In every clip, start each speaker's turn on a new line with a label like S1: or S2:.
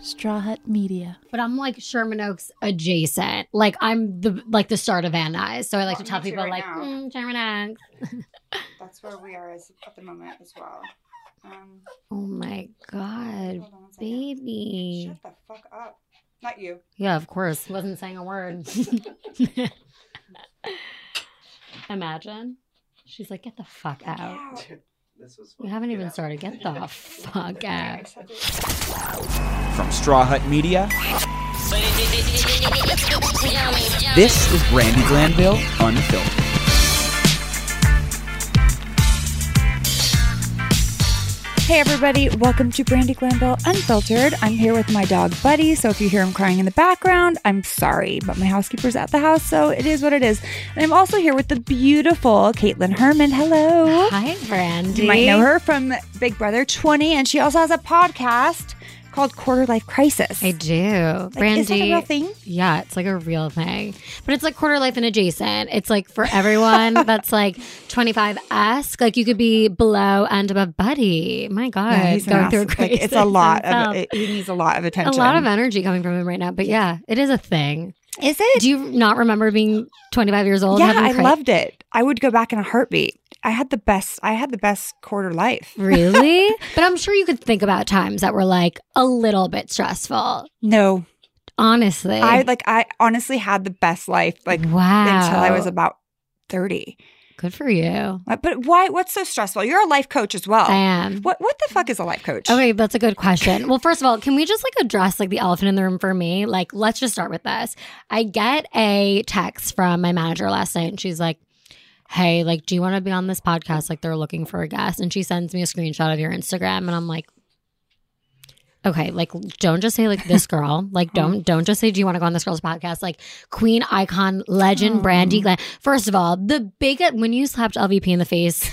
S1: Straw Hut Media.
S2: But I'm like Sherman Oaks adjacent. Like I'm the like the start of Van Nuys. So I like
S3: Well,
S2: to tell
S3: me too
S2: people
S3: right
S2: like
S3: now.
S2: mm, Sherman Oaks.
S3: That's where we are as, at the moment as well. Um,
S2: Oh my god,
S3: hold on one second.
S2: Uh, baby.
S3: Shut the fuck up. Not you.
S2: Yeah, of course. Wasn't saying a word. Imagine. She's like, get the fuck
S3: Get
S2: out.
S3: out.
S4: This was
S2: We haven't
S4: Get
S2: even
S4: out.
S2: started. Get the fuck out.
S3: Yeah, I said it.
S5: From Straw Hut Media, this is Brandy Glanville Unfiltered.
S6: Hey everybody, welcome to Brandy Glanville Unfiltered. I'm here with my dog Buddy, so if you hear him crying in the background, I'm sorry, but my housekeeper's at the house, so it is what it is. And I'm also here with the beautiful Caitlin Herman. Hello.
S2: Hi, Brandy.
S6: You might know her from Big Brother 20, and she also has a podcast called Quarter Life Crisis.
S2: I do.
S6: Like,
S2: Brandy.
S6: is that a real thing?
S2: Yeah, it's like a real thing. But it's like quarter life and adjacent. It's like for everyone that's like 25 esque. Like you could be below and above buddy. My God.
S6: Yeah, he's an
S2: going through a
S6: ass- like,
S2: crisis
S6: it's a lot of
S2: himself.
S6: it, he needs a lot of
S2: A
S6: attention.
S2: lot of energy coming from him right now. But yeah, it is a thing.
S6: oh, Is it?
S2: Do you not remember being 25 years old?
S6: yeah,
S2: having
S6: I
S2: cri-
S6: loved it. I would go back in a heartbeat. I had the best. I had the best quarter life.
S2: Really? but I'm sure you could think about times that were like a little bit stressful.
S6: No,
S2: Honestly.
S6: I like. I honestly had the best life. Like
S2: wow.
S6: until I was about thirty.
S2: Good for you.
S6: Like, But why? What's so stressful? You're a life coach as well.
S2: I am.
S6: What What the fuck is a life coach?
S2: Okay, that's a good question. Well, first of all, can we just like address like the elephant in the room for me? Like, let's just start with this. I get a text from my manager last night and she's like, Hey, like, do you want to be on this podcast? Like, they're looking for a guest. And she sends me a screenshot of your Instagram and I'm like, Okay, like don't just say like this girl. Like don't don't just say do you want to go on this girl's podcast? Like queen icon legend Brandy Glenn. First of all, the big when you slapped LVP in the face,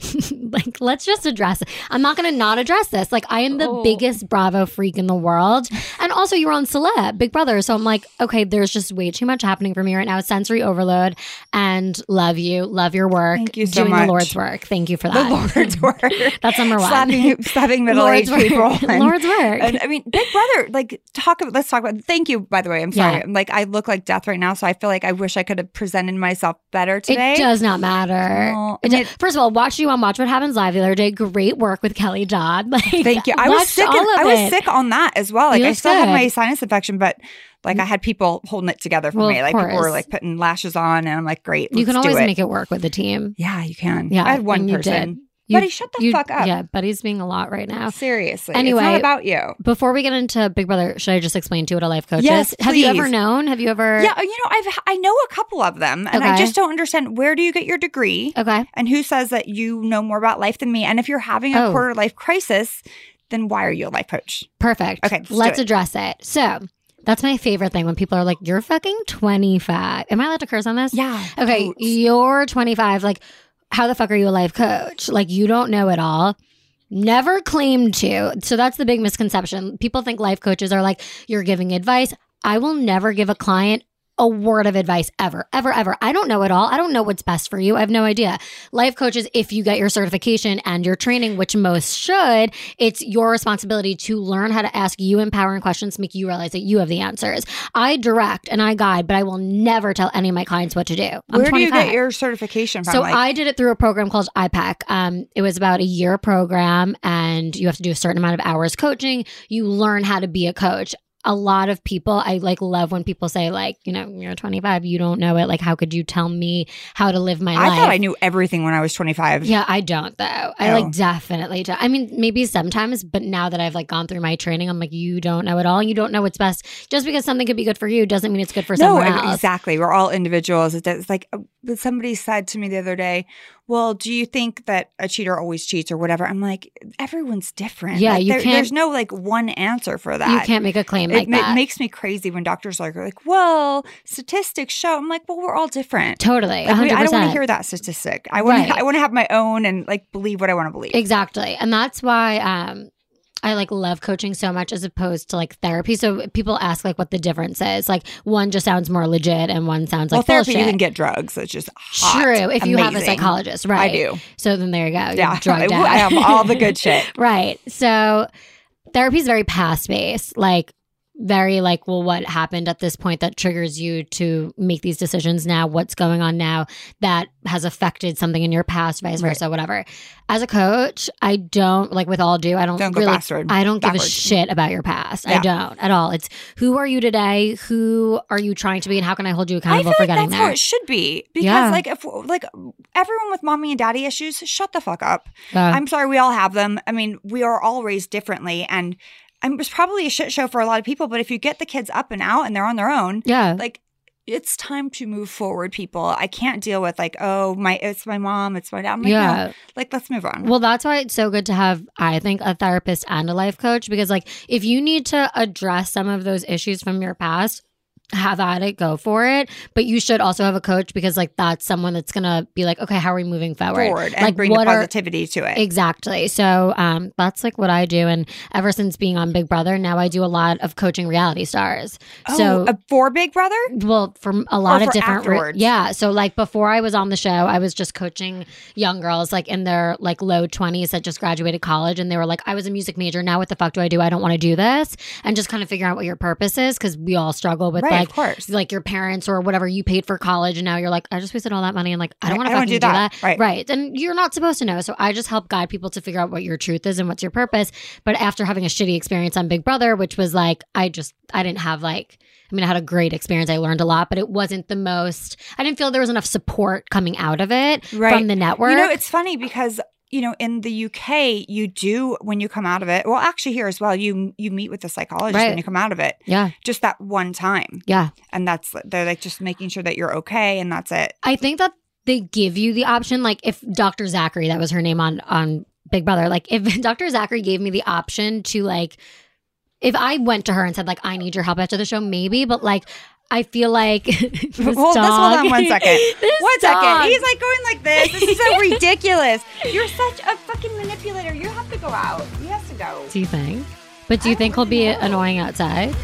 S2: like let's just address it. I'm not gonna not address this. Like I am the
S6: Oh.
S2: biggest Bravo freak in the world, and also you were on Celeb Big Brother, so I'm like, okay, there's just way too much happening for me right now. Sensory overload, and love you, love your work,
S6: Thank you so
S2: doing
S6: much.
S2: the Lord's work. Thank you for
S6: the
S2: that.
S6: Lord's work.
S2: That's number one.
S6: Slapping, slapping middle
S2: Lord's
S6: aged people.
S2: work.
S6: and-
S2: Lord's work.
S6: And I mean, Big Brother, like, talk. ab- Let's talk about. Thank you, by the way. I'm sorry.
S2: Yeah.
S6: I'm like, I look like death right now, so I feel like I wish I could have presented myself better today.
S2: It does not matter.
S6: No,
S2: It
S6: and
S2: do- First of all, watch you on Watch What Happens Live the other day. Great work with Kelly Dodd. Like,
S6: Thank you. I was
S2: watched
S6: sick.
S2: All of
S6: I was
S2: it.
S6: sick on that as well. Like
S2: You
S6: I
S2: looked
S6: still had
S2: good.
S6: my sinus infection, but like I had people holding it together for
S2: Well,
S6: me.
S2: of
S6: Like people were
S2: course.
S6: like putting lashes on, and I'm like, great.
S2: You can
S6: let's do
S2: always
S6: it.
S2: make it work with the team.
S6: Yeah, you can.
S2: Yeah,
S6: I had one
S2: and you did.
S6: person.
S2: You-
S6: Buddy, shut the
S2: you-
S6: fuck up.
S2: Yeah, Buddy's being a lot right now.
S6: Seriously. it's
S2: Anyway, Er
S6: not about you.
S2: Before we get into Big Brother, should I just explain to you what a life coach
S6: Yes,
S2: is? Have you
S6: please.
S2: ever known? Have you ever?
S6: Yeah, you know, I've I know a couple of them, and I
S2: Okay.
S6: just don't understand where do you get your degree,
S2: Okay.
S6: and who says that you know more about life than me? And if you're having a
S2: Oh.
S6: quarter life crisis, then why are you a life coach?
S2: Perfect.
S6: Okay, let's do
S2: Let's
S6: it.
S2: address it. So that's my favorite thing when people are like, "You're fucking 25." Am I allowed to curse on this?
S6: Yeah.
S2: Okay,
S6: Oops.
S2: you're 25. Like, how the fuck are you a life coach? Like, you don't know it all. Never claimed to. So that's the big misconception. People think life coaches are like, you're giving advice. I will never give a client a word of advice ever, ever, ever. I don't know it all. I don't know what's best for you. I have no idea. Life coaches, if you get your certification and your training, which most should, it's your responsibility to learn how to ask you empowering questions, make you realize that you have the answers. I direct and I guide, but I will never tell any of my clients what to do. I'm
S6: Where do
S2: 25.
S6: you get your certification from?
S2: So
S6: Like,
S2: I did it through a program called IPAC. Um, it was about a year program, and you have to do a certain amount of hours coaching. You learn how to be a coach. A lot of people, I like love when people say like, you know, you're 25, you don't know it. Like, how could you tell me how to live my
S6: I
S2: life?
S6: thought I knew everything when I was 25.
S2: Yeah, I don't though. I
S6: Oh.
S2: like definitely don't. I mean, maybe sometimes, but now that I've like gone through my training, I'm like, you don't know it all. You don't know what's best. Just because something could be good for you doesn't mean it's good for
S6: no,
S2: someone
S6: I-
S2: else.
S6: exactly. We're all individuals. It's- It's like uh, but somebody said to me the other day, "Well, do you think that a cheater always cheats or whatever?" I'm like, everyone's different.
S2: Yeah,
S6: Like,
S2: you can't-
S6: There's no like one answer for that.
S2: You can't make a claim
S6: It
S2: like
S6: ma-
S2: that.
S6: makes me crazy when doctors are like, "Well, statistics show." I'm like, "Well, we're all different."
S2: totally.
S6: Like,
S2: 100%.
S6: we- I don't want to hear that statistic. I want
S2: Right.
S6: to. I want to have my own and like believe what I want to believe.
S2: Exactly. And that's why um I like love coaching so much as opposed to like therapy. So people ask like what the difference is. Like one just sounds more legit and one sounds like
S6: well, therapy
S2: bullshit.
S6: you can get drugs. It's just hot,
S2: True, if you have a
S6: amazing.
S2: psychologist, right?
S6: I do.
S2: So then there you go. You're
S6: Yeah,
S2: drugged
S6: I
S2: out.
S6: have all the good shit.
S2: right. So therapy is very past based, like very like, well, what happened at this point that triggers you to make these decisions now? What's going on now that has affected something in your past, vice
S6: Right.
S2: versa, whatever. As a coach, I don't like with all due, I don't,
S6: Don't go
S2: really
S6: backward.
S2: I don't give a
S6: backwards.
S2: shit about your past.
S6: Yeah.
S2: I don't at all. It's who are you today? Who are you trying to be and how can I hold you accountable for getting
S6: that's how
S2: there?
S6: it should be because
S2: Yeah.
S6: like if like everyone with mommy and daddy issues shut the fuck up
S2: Uh,
S6: i'm sorry we all have them i mean we are all raised differently and and it's probably a shit show for a lot of people but if you get the kids up and out and they're on their own
S2: yeah.
S6: like it's time to move forward people i can't deal with like oh my it's my mom it's my dad I'm like, yeah
S2: yeah.
S6: like let's move on
S2: Well, that's why it's so good to have, I think, a therapist and a life coach because, like, if you need to address some of those issues from your past, have at it, go for it. But you should also have a coach because, like, that's someone that's gonna be like, okay, how are we moving forward?
S6: forward and
S2: like,
S6: bring the
S2: what are-
S6: positivity to it
S2: Exactly. So um, that's like what I do. And ever since being on Big Brother, now I do a lot of coaching reality stars.
S6: oh,
S2: so
S6: a for big brother
S2: well from a lot of
S6: Or for
S2: different re-
S6: afterwards.
S2: yeah so like before i was on the show i was just coaching young girls like in their like low 20s that just graduated college and they were like i was a music major now what the fuck do i do i don't want to do this and just kind of figure out what your purpose is because we all struggle with
S6: right
S2: like
S6: of course
S2: like your parents or whatever you paid for college and now you're like i just wasted all that money and like i don't want to
S6: I don't
S2: fucking
S6: do
S2: do
S6: that.
S2: that.
S6: Right.
S2: and you're not supposed to know so i just help guide people to figure out what your truth is and what's your purpose but after having a shitty experience on big brother which was like i just i didn't have like i mean i had a great experience i learned a lot but it wasn't the most i didn't feel there was enough support coming out of it
S6: Right.
S2: from the network
S6: You know, it's funny because you know in the UK, you do when you come out of it. Well, actually here as well, you you meet with a psychologist when
S2: Right.
S6: you come out of it,
S2: yeah
S6: just that one time,
S2: yeah
S6: and that's they're like just making sure that you're okay, and that's it.
S2: I think that they give you the option. Like if Dr. Zachary, that was her name on on Big Brother, like if Dr. Zachary gave me the option to like if I went to her and said, like, I need your help after the show, maybe, but like I feel like this
S6: Hold- let's hold on
S2: dog-
S6: one second.
S2: this
S6: One second,
S2: dog-
S6: he's like going like this. This is so ridiculous. You're such a fucking manipulator. You have to go out. He has to go.
S2: do you think? But do you think he'll be annoying outside?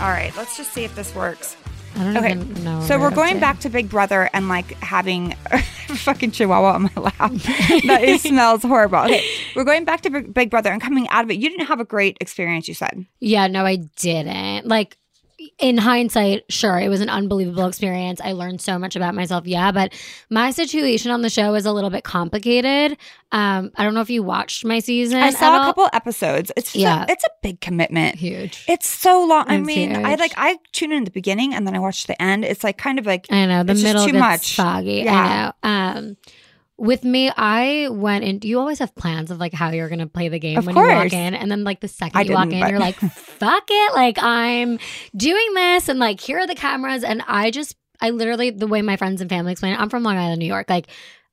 S6: All right, let's just see if this works.
S2: I don't
S6: Okay.
S2: even know.
S6: So
S2: what
S6: we're
S2: I'd
S6: going
S2: say.
S6: back to Big Brother and like having a fucking chihuahua on my lap. that it smells horrible. Okay, we're going back to Big Big Brother and coming out of it. You didn't have a great experience, you said.
S2: Yeah, no, I didn't. Like in hindsight, sure, it was an unbelievable experience. I learned so much about myself. Yeah, but my situation on the show is a little bit complicated. Um, I don't know if you watched my season.
S6: I
S2: at
S6: saw a
S2: all.
S6: couple episodes. It's yeah.
S2: Yeah.
S6: it's a big commitment.
S2: huge.
S6: It's so long. I
S2: It's
S6: mean, I
S2: huge.
S6: like I tune in at the beginning and then I watch the end. It's like kind of like
S2: I know the
S6: it's just
S2: middle
S6: too
S2: gets
S6: much.
S2: foggy.
S6: Yeah.
S2: I know. Um, with me, I went in. You always have plans of like how you're gonna play the game
S6: Of
S2: when you
S6: course.
S2: walk in, and then like the second
S6: I
S2: you walk
S6: didn't,
S2: in,
S6: but-
S2: you're like, "Fuck it!" Like I'm doing this, and like here are the cameras, and I just, I literally the way my friends and family explain it. I'm from Long Island, New York. Like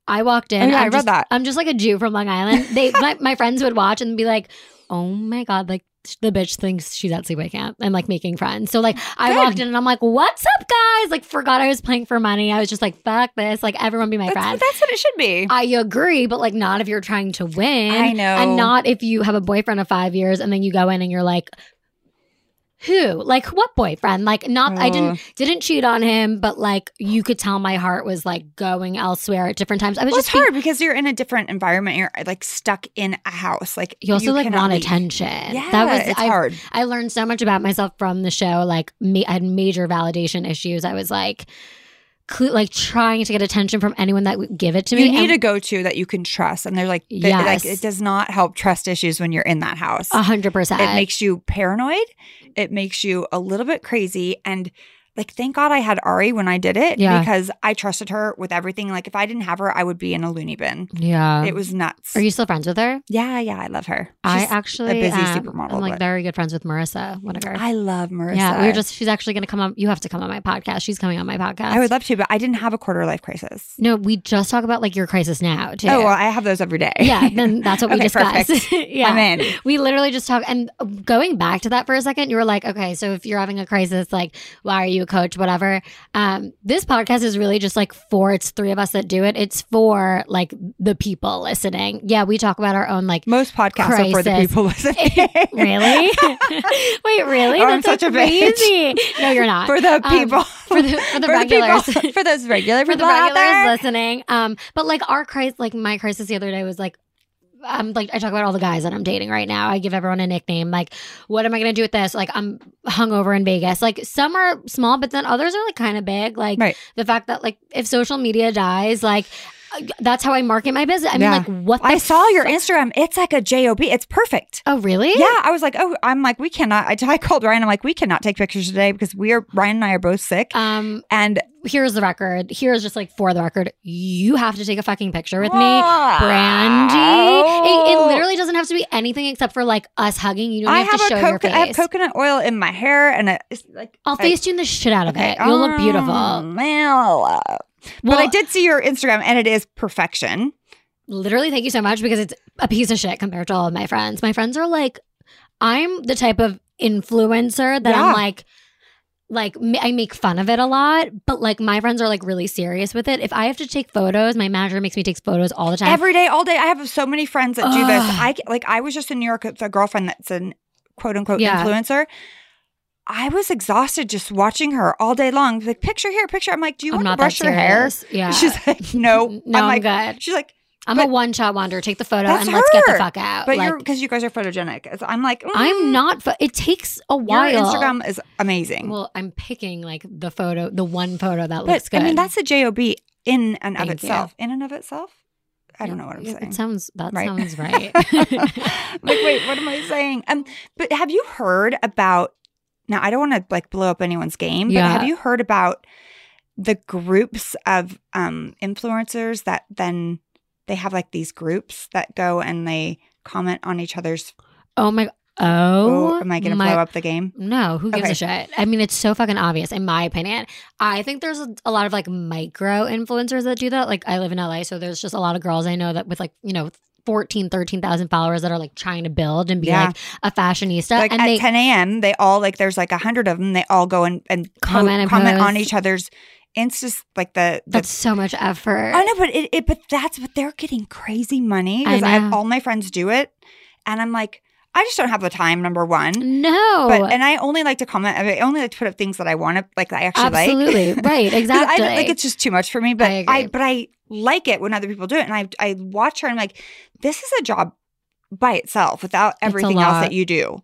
S2: I walked in.
S6: Oh, yeah,
S2: I'm
S6: I read
S2: just-
S6: that.
S2: I'm just like a Jew from Long Island. They, my, my friends would watch and be like, "Oh my god!" Like the bitch thinks she's at sleepaway camp and like making friends. So like I
S6: Good.
S2: walked in and I'm like, "What's up, guys?" Like forgot I was playing for money. I was just like, "Fuck this!" Like everyone be Oh my Um,
S6: that's,
S2: friend.
S6: that's what it should be.
S2: I agree, but like not if you're trying to win.
S6: I know.
S2: and not if you have a boyfriend of five years and then you go in and you're like. Who? Like what boyfriend? Like not I didn't didn't cheat on him, but like you could tell my heart was like going elsewhere at different times. I was
S6: Well, it's
S2: just being-
S6: hard because you're in a different environment. You're like stuck in a house. Like
S2: you also like
S6: cannot
S2: want
S6: leave.
S2: attention.
S6: Yeah,
S2: that was
S6: it's
S2: I,
S6: hard.
S2: I learned so much about myself from the show. Like, ma- I had major validation issues. I was like, cl- like trying to get attention from anyone that would give it to me.
S6: you need
S2: and-
S6: a go to that you can trust, and they're like, they- like
S2: Yes.
S6: it does not help trust issues when you're in that house.
S2: a hundred percent.
S6: it makes you paranoid. It makes you a little bit crazy, and like thank God I had Ari when I did it
S2: Yeah.
S6: because I trusted her with everything. Like if I didn't have her, I would be in a loony bin.
S2: yeah.
S6: it was nuts.
S2: Are you still friends with her?
S6: yeah, yeah, I love her.
S2: I
S6: She's-
S2: actually
S6: busy
S2: am.
S6: supermodel,
S2: I'm like
S6: but-
S2: very good friends with Marissa. Whatever.
S6: I love Marissa.
S2: yeah, we were just. She's actually going to come on. You have to come on my podcast. She's coming on my podcast.
S6: I would love to, but I didn't have a quarter life crisis.
S2: no, we just talk about like your crisis now too.
S6: Oh, well, I have those every day.
S2: yeah, then that's what we
S6: Okay,
S2: discuss.
S6: perfect.
S2: yeah.
S6: I'm in.
S2: We literally just talk and going back to that for a second, you were like, okay, so if you're having a crisis, like, why are you you a coach, whatever. Um, this podcast is really just like for it's three of us that do it. It's for like the people listening. Yeah, we talk about our own like
S6: Most podcasts are for the
S2: Crisis.
S6: people listening.
S2: really? Wait, really?
S6: Oh, I'm
S2: That's
S6: such a
S2: so
S6: bitch.
S2: crazy. No, you're not.
S6: for the
S2: Um,
S6: people.
S2: for the for the
S6: people-
S2: regulars.
S6: for those regular
S2: for the
S6: people out there.
S2: regulars listening. Um, but like our crisis, like my crisis the other day was like, I'm like I talk about all the guys that I'm dating right now. I give everyone a nickname. Like, what am I gonna do with this? Like, I'm hungover in Vegas. Like, some are small, but then others are like kind of big. Like
S6: Right.
S2: the fact that like if social media dies, like uh, that's how I market my business. I mean,
S6: Yeah.
S2: like what the
S6: I saw your
S2: fu-
S6: Instagram. It's like a job. It's perfect.
S2: oh really?
S6: Yeah, I was like, oh, I'm like, we cannot. I, I called Ryan. I'm like, we cannot take pictures today because we are Ryan and I are both sick.
S2: Um,
S6: and
S2: here's the record. Here's just like for the record, you have to take a fucking picture with me.
S6: Wow.
S2: Brandy. It, it literally doesn't have to be anything except for like us hugging. You don't
S6: Oh. I
S2: have,
S6: have,
S2: to show
S6: a
S2: your
S6: coconut.
S2: face.
S6: I have coconut oil in my hair, and I- it's like
S2: I'll
S6: I-
S2: face tune the shit out of it. You'll look beautiful.
S6: Um, well, uh, but
S2: well,
S6: I did see your Instagram, and it is perfection.
S2: literally thank you so much because it's a piece of shit compared to all of my friends. My friends are like, I'm the type of influencer that
S6: Yeah.
S2: I'm like, like ma- I make fun of it a lot, but like my friends are like really serious with it. If I have to take photos, my manager makes me take photos all the time.
S6: Every day, all day. I have so many friends that do this.
S2: Ugh.
S6: I ca- like. I was just in New York with a girlfriend that's an quote unquote
S2: Yeah.
S6: influencer. I was exhausted just watching her all day long. Like picture here, picture. I'm like, do you
S2: I'm
S6: want
S2: not
S6: to brush
S2: that
S6: your hair?
S2: serious. Yeah.
S6: She's like, no.
S2: No, I'm
S6: like,
S2: good.
S6: She's like,
S2: I'm
S6: but-
S2: a one shot wanderer. Take the photo
S6: That's
S2: and let's get the
S6: her.
S2: fuck out.
S6: but
S2: Like,
S6: you're because you guys are photogenic. It's- I'm like,
S2: I'm
S6: mm,
S2: not. Fo- it takes a
S6: Your
S2: while.
S6: Instagram is amazing.
S2: Well, I'm picking like the photo, the one photo that
S6: but
S2: looks good.
S6: I mean, that's a job in and of
S2: Thank you.
S6: itself. In and of itself, I don't know what I'm
S2: Yeah,
S6: saying.
S2: It sounds that
S6: Right.
S2: sounds right.
S6: like, wait, what am I saying? Um, but have you heard about? Now, I don't want to like blow up anyone's game, but
S2: Yeah.
S6: have you heard about the groups of um influencers that then they have like these groups that go and they comment on each other's?
S2: Oh my.
S6: Oh,
S2: Oh,
S6: am I going to
S2: my-
S6: blow up the game?
S2: No, who gives
S6: Okay.
S2: a shit? I mean, it's so fucking obvious, in my opinion. I think there's a, a lot of like micro influencers that do that. Like, I live in LA, so there's just a lot of girls I know that with like, you know, 14, 13,000 followers that are like trying to build and be
S6: Yeah.
S2: like a fashionista.
S6: like
S2: and
S6: at
S2: they,
S6: 10 a.m., they all like there's like a hundred of them. They all go and and
S2: Comment
S6: comment,
S2: and
S6: comment
S2: post.
S6: on each other's insta, like the, the
S2: that's so much effort.
S6: I know, Oh, but it, it but that's what they're getting crazy money because
S2: I
S6: I,
S2: know.
S6: all my friends do it, and I'm like, I just don't have the time. Number one,
S2: No.
S6: but and I only like to comment. I, mean, I only like to put up things that I want to like. That I actually
S2: Absolutely.
S6: like. 'Cause
S2: right.
S6: I
S2: Exactly.
S6: don't- like it's just too much for me, but
S2: I
S6: I,
S2: agree.
S6: but I like it when other people do it, and I I watch her and I'm like, this is a job by itself without
S2: a
S6: everything else
S2: lot.
S6: that you do.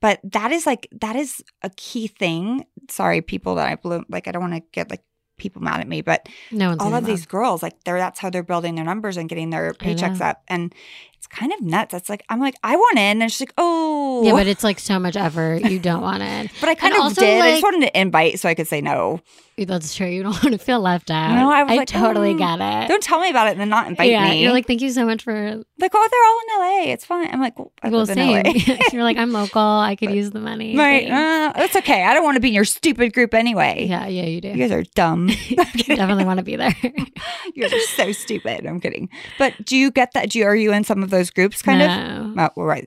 S6: But that is like that is a key thing. Sorry, people that I blew like I don't want to get like people mad at me, but
S2: no one's
S6: all
S2: gonna
S6: of
S2: know.
S6: these girls like they're that's how they're building their numbers and getting
S2: I
S6: their
S2: know.
S6: paychecks up and it's kind of nuts it's like i'm like i want in and she's like oh
S2: Yeah, but it's like so much effort. You don't want it.
S6: But i kind
S2: and
S6: of
S2: also,
S6: did i just
S2: like-
S6: wanted to invite so i could say no
S2: That's true. You don't want to feel left out.
S6: No, I was like,
S2: totally
S6: mm,
S2: get it.
S6: don't tell me about it and then not invite
S2: Uh, yeah,
S6: me
S2: you're like, thank you so much for.
S6: like oh they're all in la it's fine i'm like well, i
S2: Well,
S6: live in
S2: same.
S6: la
S2: you're like, I'm local. I could use the money.
S6: right
S2: Thanks.
S6: uh, it's okay i don't want to be in your stupid group anyway
S2: yeah, yeah, you do.
S6: you guys are dumb
S2: You definitely want to be there.
S6: you guys are so stupid i'm kidding but do you get that do you are you in some of those groups kind of Oh,
S2: No.
S6: well, right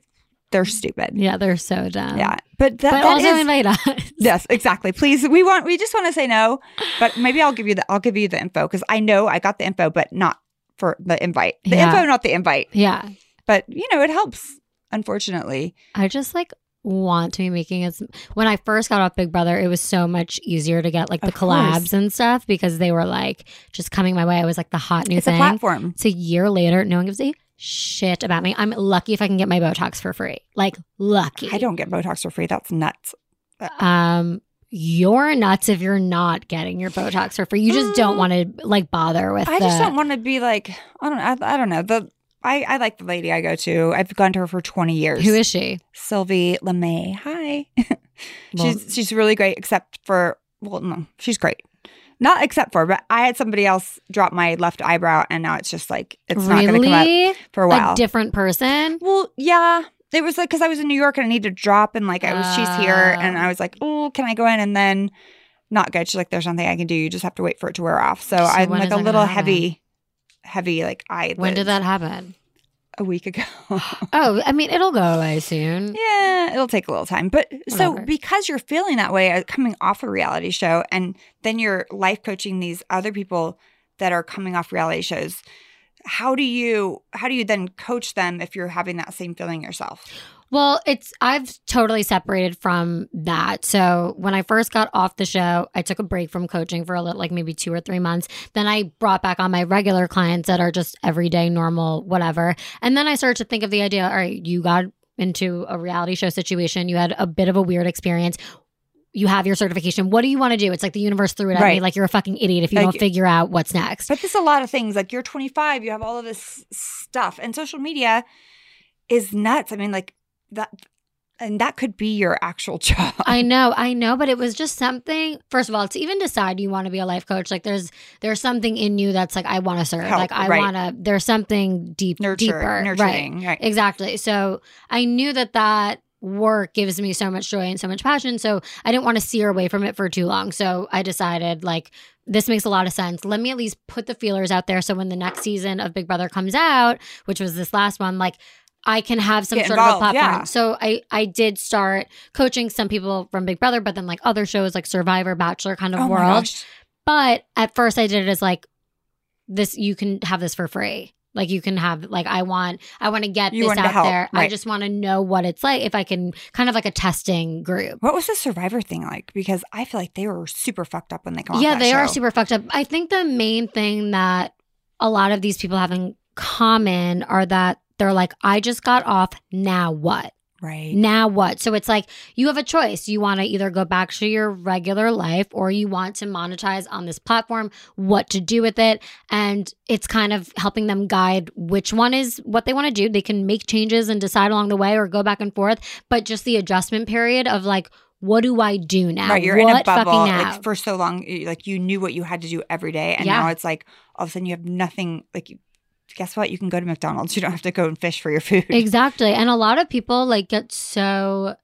S6: they're stupid
S2: Yeah, they're so dumb.
S6: yeah but that,
S2: but
S6: that
S2: also
S6: is-
S2: invite us.
S6: Yes, exactly. Please, we want we just want to say no, but maybe I'll give you the I'll give you the info because I know I got the info, but not for the invite. The
S2: Yeah.
S6: info, not the invite.
S2: Yeah,
S6: But you know, it helps. Unfortunately,
S2: I just like want to be making it. When I first got off Big Brother, it was so much easier to get like the
S6: Of course.
S2: collabs and stuff because they were like just coming my way. I was like the hot new
S6: it's
S2: thing.
S6: a platform.
S2: It's a year later. No one gives a shit about me. I'm lucky if I can get my Botox for free. Like lucky.
S6: I don't get Botox for free. That's nuts.
S2: Um, you're nuts if you're not getting your Botox for free. You just don't
S6: Mm.
S2: want to like bother with.
S6: I just
S2: the-
S6: don't want to be like I don't I, I don't know the. I, I like the lady I go to. I've gone to her for 20 years.
S2: Who is she?
S6: Sylvie LeMay? Hi.
S2: Well,
S6: she's she's really great, except for well, no, she's great. Not except for, but I had somebody else drop my left eyebrow, and now it's just like it's not going to come up
S2: really
S6: for a while.
S2: a different person.
S6: well, yeah, it was like because I was in New York and I needed to drop, and like I was she's here, and
S2: Oh.
S6: I was like, oh, can I go in? And then not good. She's like, there's nothing I can do. You just have to wait for it to wear off. So,
S2: So
S6: I'm
S2: when is
S6: like a
S2: that gonna
S6: little
S2: happen?
S6: heavy, heavy like eye.
S2: When did that happen?
S6: a week ago.
S2: Oh, I mean, it'll go away soon.
S6: yeah, it'll take a little time. But so
S2: Whatever.
S6: because you're feeling that way uh, coming off a reality show and then you're life coaching these other people that are coming off reality shows, how do you how do you then coach them if you're having that same feeling yourself?
S2: Well, it's I've totally separated from that. So when I first got off the show, I took a break from coaching for a little, like maybe two or three months. Then I brought back on my regular clients that are just everyday, normal, whatever. And then I started to think of the idea: all right, you got into a reality show situation, you had a bit of a weird experience. You have your certification. What do you want to do? It's like the universe threw it at me,
S6: Right.
S2: like you're a fucking idiot if you
S6: Like-
S2: don't figure out what's next.
S6: But there's a lot of things. Like you're 25, you have all of this stuff, and social media is nuts. I mean, like that, and that could be your actual job.
S2: I know, I know, but it was just something. First of all, to even decide you want to be a life coach, like there's there's something in you that's like I want to serve,
S6: Help,
S2: like I
S6: right.
S2: want to. There's something deep,
S6: Nurture,
S2: deeper, right?
S6: nurturing, right?
S2: Exactly. So I knew that that work gives me so much joy and so much passion. So I didn't want to steer away from it for too long. So I decided like this makes a lot of sense. Let me at least put the feelers out there. So when the next season of Big Brother comes out, which was this last one, like I can have some
S6: Get
S2: sort of a
S6: involved,
S2: platform.
S6: yeah.
S2: So I I did start coaching some people from Big Brother, but then like other shows like Survivor, Bachelor kind of
S6: Oh my
S2: world.
S6: gosh.
S2: But at first I did it as like this you can have this for free. Like you can have like I want I want to get
S6: You
S2: this
S6: wanted to
S2: out
S6: help,
S2: there. I
S6: right.
S2: just want to know what it's like if I can kind of like a testing group.
S6: What was the Survivor thing like? Because I feel like they were super fucked up when they come off.
S2: yeah,
S6: that
S2: they are
S6: show.
S2: super fucked up. I think the main thing that a lot of these people have in common are that they're like, I just got off. Now what?
S6: right.
S2: Now what? So it's like you have a choice. You want to either go back to your regular life or you want to monetize on this platform, what to do with it. And it's kind of helping them guide which one is what they want to do. They can make changes and decide along the way or go back and forth. But just the adjustment period of like, what do I do now?
S6: Right, you're
S2: what
S6: in a bubble
S2: fucking now?
S6: like for so long. you- Like you knew what you had to do every day, and
S2: Yeah.
S6: now it's like all of a sudden you have nothing. Like, you, guess what? You can go to McDonald's. You don't have to go and fish for your food.
S2: Exactly. And a lot of people like get so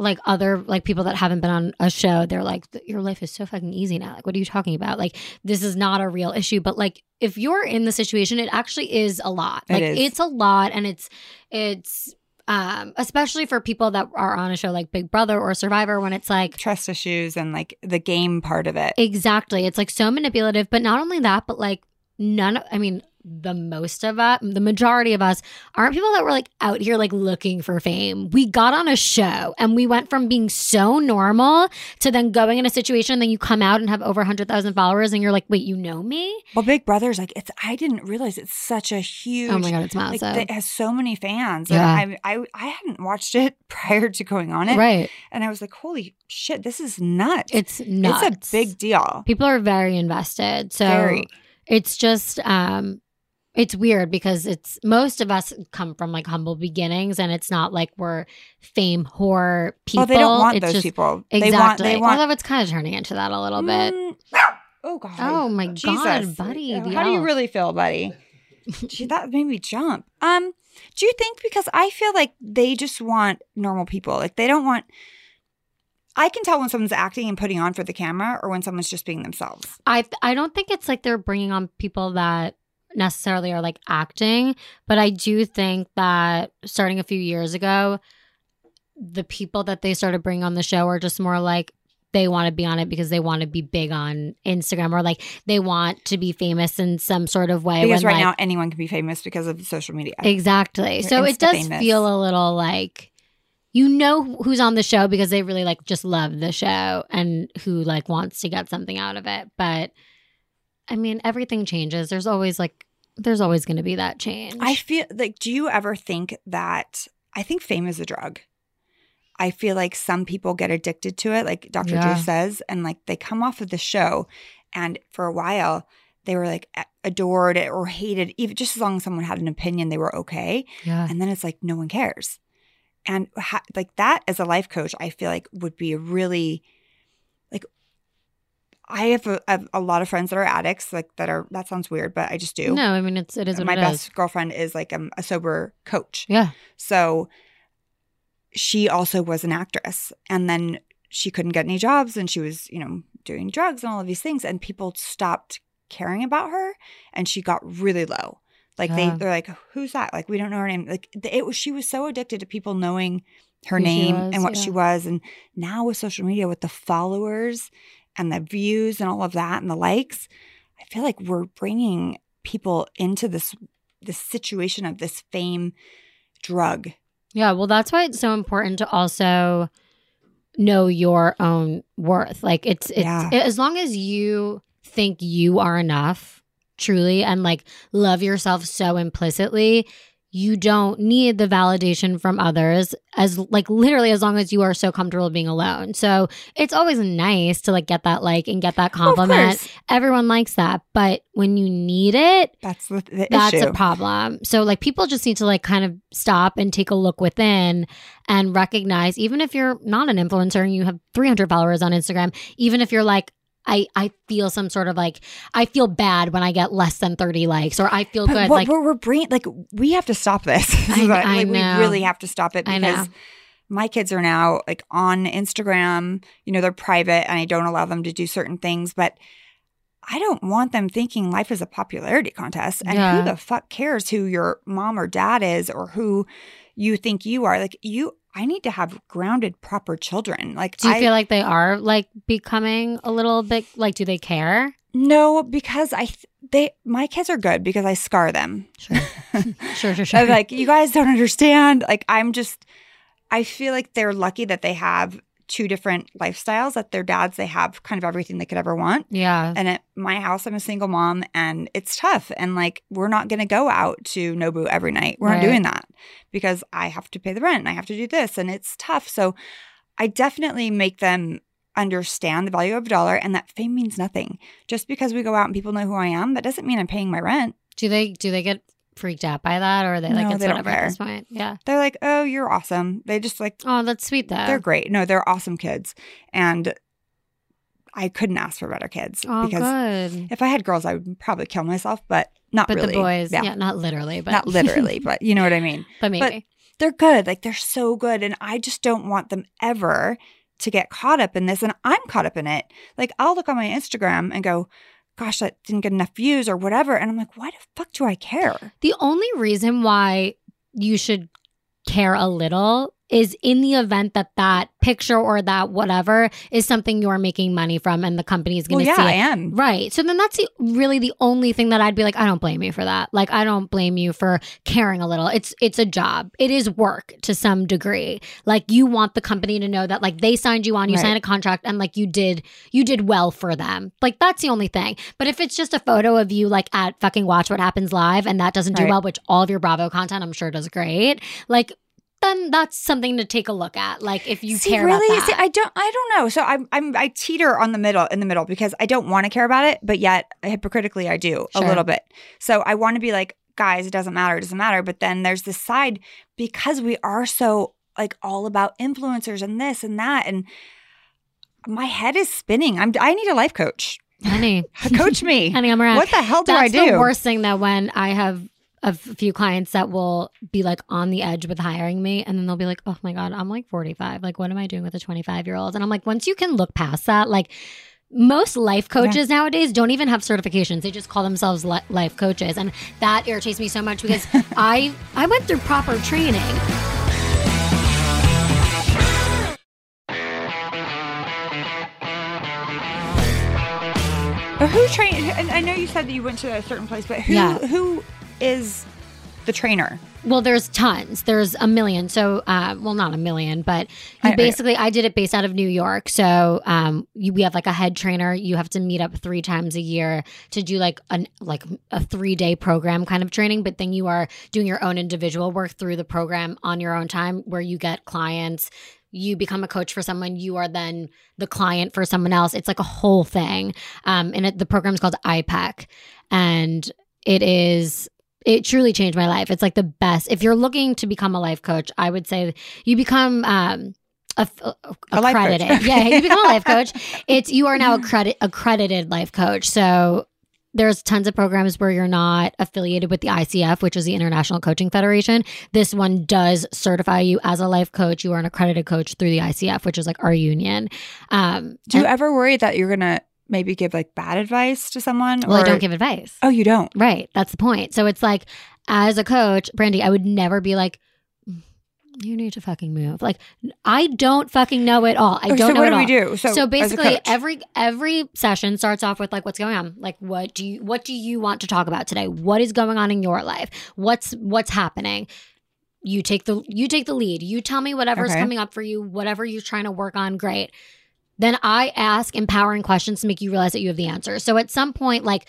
S2: like other like people that haven't been on a show, they're like, Your life is so fucking easy now. Like, what are you talking about? Like, this is not a real issue. But like if you're in the situation, it actually is a lot.
S6: It
S2: Like
S6: is.
S2: it's a lot and it's it's um especially for people that are on a show like Big Brother or Survivor when it's like
S6: Trust issues and like the game part of it.
S2: Exactly. It's like so manipulative, but not only that, but like none of, I mean, the most of us, the majority of us aren't people that were like out here like looking for fame. We got on a show and we went from being so normal to then going in a situation, then you come out and have over 100,000 followers and you're like, wait, you know me?
S6: Well, Big Brother's like it's. I didn't realize it's such a huge.
S2: Oh my God, it's
S6: Like,
S2: massive.
S6: it has so many fans.
S2: Yeah.
S6: And I, I I hadn't watched it prior to going on it,
S2: right.
S6: and I was like, "Holy shit, this is nuts!
S2: It's nuts.
S6: It's a big deal."
S2: people are very invested. So
S6: Very.
S2: it's just um it's weird because it's most of us come from like humble beginnings and it's not like we're fame whore people.
S6: Well, Oh, they don't want
S2: it's
S6: those
S2: just,
S6: people.
S2: Exactly.
S6: They want. They want
S2: Although it's kind of turning into that a little bit.
S6: Mm. Oh God.
S2: Oh, my God,
S6: Jesus.
S2: buddy,
S6: How
S2: the
S6: do you
S2: elf.
S6: really feel, buddy? Gee, that made me jump. Um, do you think because I feel like they just want normal people, like they don't want. I can tell when someone's acting and putting on for the camera, or when someone's just being themselves.
S2: I I don't think it's like they're bringing on people that necessarily are like acting, but I do think that starting a few years ago, the people that they started bringing on the show are just more like they want to be on it because they want to be big on Instagram or like they want to be famous in some sort of way.
S6: Because
S2: when,
S6: right
S2: like-
S6: now anyone can be famous because of social media.
S2: exactly.
S6: They're
S2: So it does
S6: insta-famous.
S2: feel a little like you know who's on the show because they really like just love the show and who like wants to get something out of it. But I mean, everything changes. There's always like there's always going to be that change.
S6: I feel like, do you ever think that? I think fame is a drug. I feel like some people get addicted to it, like Dr.
S2: Yeah.
S6: Drew says, and like they come off of the show, and for a while they were like a- adored or hated, even just as long as someone had an opinion, they were okay.
S2: yeah.
S6: And then it's like no one cares, and ha- like that as a life coach, I feel like would be a really like I have a, a, a lot of friends that are addicts, like that are that sounds weird, but I just do
S2: No, I mean it's it is what
S6: my
S2: it is.
S6: best girlfriend is like um, a sober coach.
S2: Yeah.
S6: So she also was an actress. And then she couldn't get any jobs and she was, you know, doing drugs and all of these things. And people stopped caring about her and she got really low. Like
S2: Yeah.
S6: they, they're like, who's that? Like we don't know her name. Like th- it was, she was so addicted to people knowing her
S2: Who she
S6: name
S2: was,
S6: and what she
S2: yeah.
S6: was. And now with social media, with the followers and the views and all of that and the likes, I feel like we're bringing people into this this situation of this fame drug.
S2: Yeah, well, that's why it's so important to also know your own worth. Like it's it's
S6: Yeah.
S2: as long as you think you are enough, truly, and like love yourself so implicitly, you don't need the validation from others. As like literally, as long as you are so comfortable being alone. So it's always nice to like get that like and get that
S6: Well, of
S2: compliment.
S6: course,
S2: Everyone likes that, but when you need it,
S6: that's the, the
S2: that's
S6: issue.
S2: a problem. So like people just need to like kind of stop and take a look within and recognize even if you're not an influencer and you have 300 followers on Instagram, even if you're like I I feel some sort of like I feel bad when I get less than 30 likes or I feel
S6: But
S2: good
S6: what
S2: like
S6: we're, we're bringing, like, we have to stop this. This
S2: I-
S6: is what-
S2: I
S6: like,
S2: know.
S6: We really have to stop it
S2: I know.
S6: because my kids are now like on Instagram. You know, they're private, and I don't allow them to do certain things, but. I don't want them thinking life is a popularity contest and
S2: Yeah.
S6: who the fuck cares who your mom or dad is or who you think you are. Like you I need to have grounded proper children. Like
S2: do you
S6: I,
S2: feel like they are like becoming a little bit like do they care?
S6: No, because I th- they my kids are good because I scar them.
S2: Sure. Sure, sure, sure.
S6: I'm like, you guys don't understand. Like, I'm just, I feel like they're lucky that they have two different lifestyles. That their dads, they have kind of everything they could ever want.
S2: yeah.
S6: And at my house, I'm a single mom and it's tough. And like, we're not going to go out to Nobu every night. We're
S2: Right.
S6: not doing that because I have to pay the rent and I have to do this and it's tough. So I definitely make them understand the value of a dollar and that fame means nothing. Just because we go out and people know who I am, that doesn't mean I'm paying my rent.
S2: Do they do they get freaked out by that or are they like
S6: No,
S2: it's
S6: they don't
S2: whatever at
S6: care.
S2: this point? Yeah.
S6: They're like, oh, you're awesome. They just like,
S2: Oh, that's sweet though.
S6: They're great. No, they're awesome kids. And I couldn't ask for better kids
S2: oh,
S6: because
S2: good.
S6: if I had girls, I would probably kill myself, but not
S2: But
S6: really.
S2: the boys, yeah.
S6: Yeah.
S2: not literally, but
S6: Not literally, but you know what I mean?
S2: but maybe.
S6: They're good. Like they're so good. And I just don't want them ever to get caught up in this. And I'm caught up in it. Like I'll look on my Instagram and go, gosh, that didn't get enough views or whatever. And I'm like, why the fuck do I care?
S2: the only reason why you should care a little is in the event that that picture or that whatever is something you're making money from and the company is
S6: Well,
S2: going to
S6: yeah,
S2: see it.
S6: I am.
S2: Right. So then that's the, really the only thing that I'd be like, I don't blame you for that. Like, I don't blame you for caring a little. It's, it's a job. It is work to some degree. Like you want the company to know that like they signed you on, you
S6: Right.
S2: signed a contract and like you did, you did well for them. Like that's the only thing. But if it's just a photo of you like at fucking watch what happens live and that doesn't do
S6: Right.
S2: well, which all of your Bravo content I'm sure does great. Like, then that's something to take a look at. Like if you
S6: See,
S2: care
S6: really?
S2: about
S6: See,
S2: that.
S6: I don't. I don't know. So I'm. I'm. I teeter on the middle in the middle because I don't want to care about it, but yet hypocritically I do a
S2: Sure.
S6: little bit. So I want to be like, guys, it doesn't matter. It doesn't matter. But then there's this side because we are so like all about influencers and this and that and my head is spinning. I'm. I need a life coach.
S2: honey,
S6: Coach me.
S2: honey, I'm around.
S6: what the hell do
S2: That's
S6: I do?
S2: the worst thing that when I have a f- few clients that will be like on the edge with hiring me, and then they'll be like, "Oh my god, I'm like 45. Like, what am I doing with a 25 year old?" And I'm like, once you can look past that, like. Most life coaches nowadays don't even have certifications. They just call themselves li- life coaches. And that irritates me so much because I I went through proper training.
S6: But who train? And I know you said that you went to a certain place, but who?
S2: Yeah.
S6: Who is the trainer?
S2: Well, there's tons. There's a million. So, uh, well, not a million, but you
S6: I- I-
S2: basically, I, did it based out of New York. So, um, you, we have like a head trainer. You have to meet up three times a year to do like an like a three day program kind of training. But then you are doing your own individual work through the program on your own time, where you get clients. You become a coach for someone. You are then the client for someone else. It's like a whole thing. Um, and it, the program's called IPEC, and it is it truly changed my life. It's like the best. If you're looking to become a life coach, I would say you become um, a, a,
S6: A life coach.
S2: accredited. Yeah, you become a life coach. It's you are now a credit accredited life coach. So there's tons of programs where you're not affiliated with the ICF, which is the International Coaching Federation. This one does certify you as a life coach. You are an accredited coach through the ICF, which is like our union. Um,
S6: Do you ever worry that you're gonna maybe give like bad advice to someone?
S2: Well,
S6: or,
S2: I don't give advice.
S6: Oh, you don't.
S2: Right. That's the point. So it's like, as a coach, Brandy, I would never be like, "Mm, you need to fucking move. Like, I don't fucking know it all. I
S6: Okay,
S2: don't
S6: so
S2: know
S6: what
S2: it
S6: do
S2: all.
S6: we do?
S2: So,
S6: as a
S2: basically,
S6: coach.
S2: every every session starts off with like, what's going on? Like, what do you what do you want to talk about today? What is going on in your life? What's what's happening? You take the you take the lead. You tell me whatever's
S6: Okay.
S2: coming up for you, whatever you're trying to work on. Great. Then I ask empowering questions to make you realize that you have the answer. So at some point, like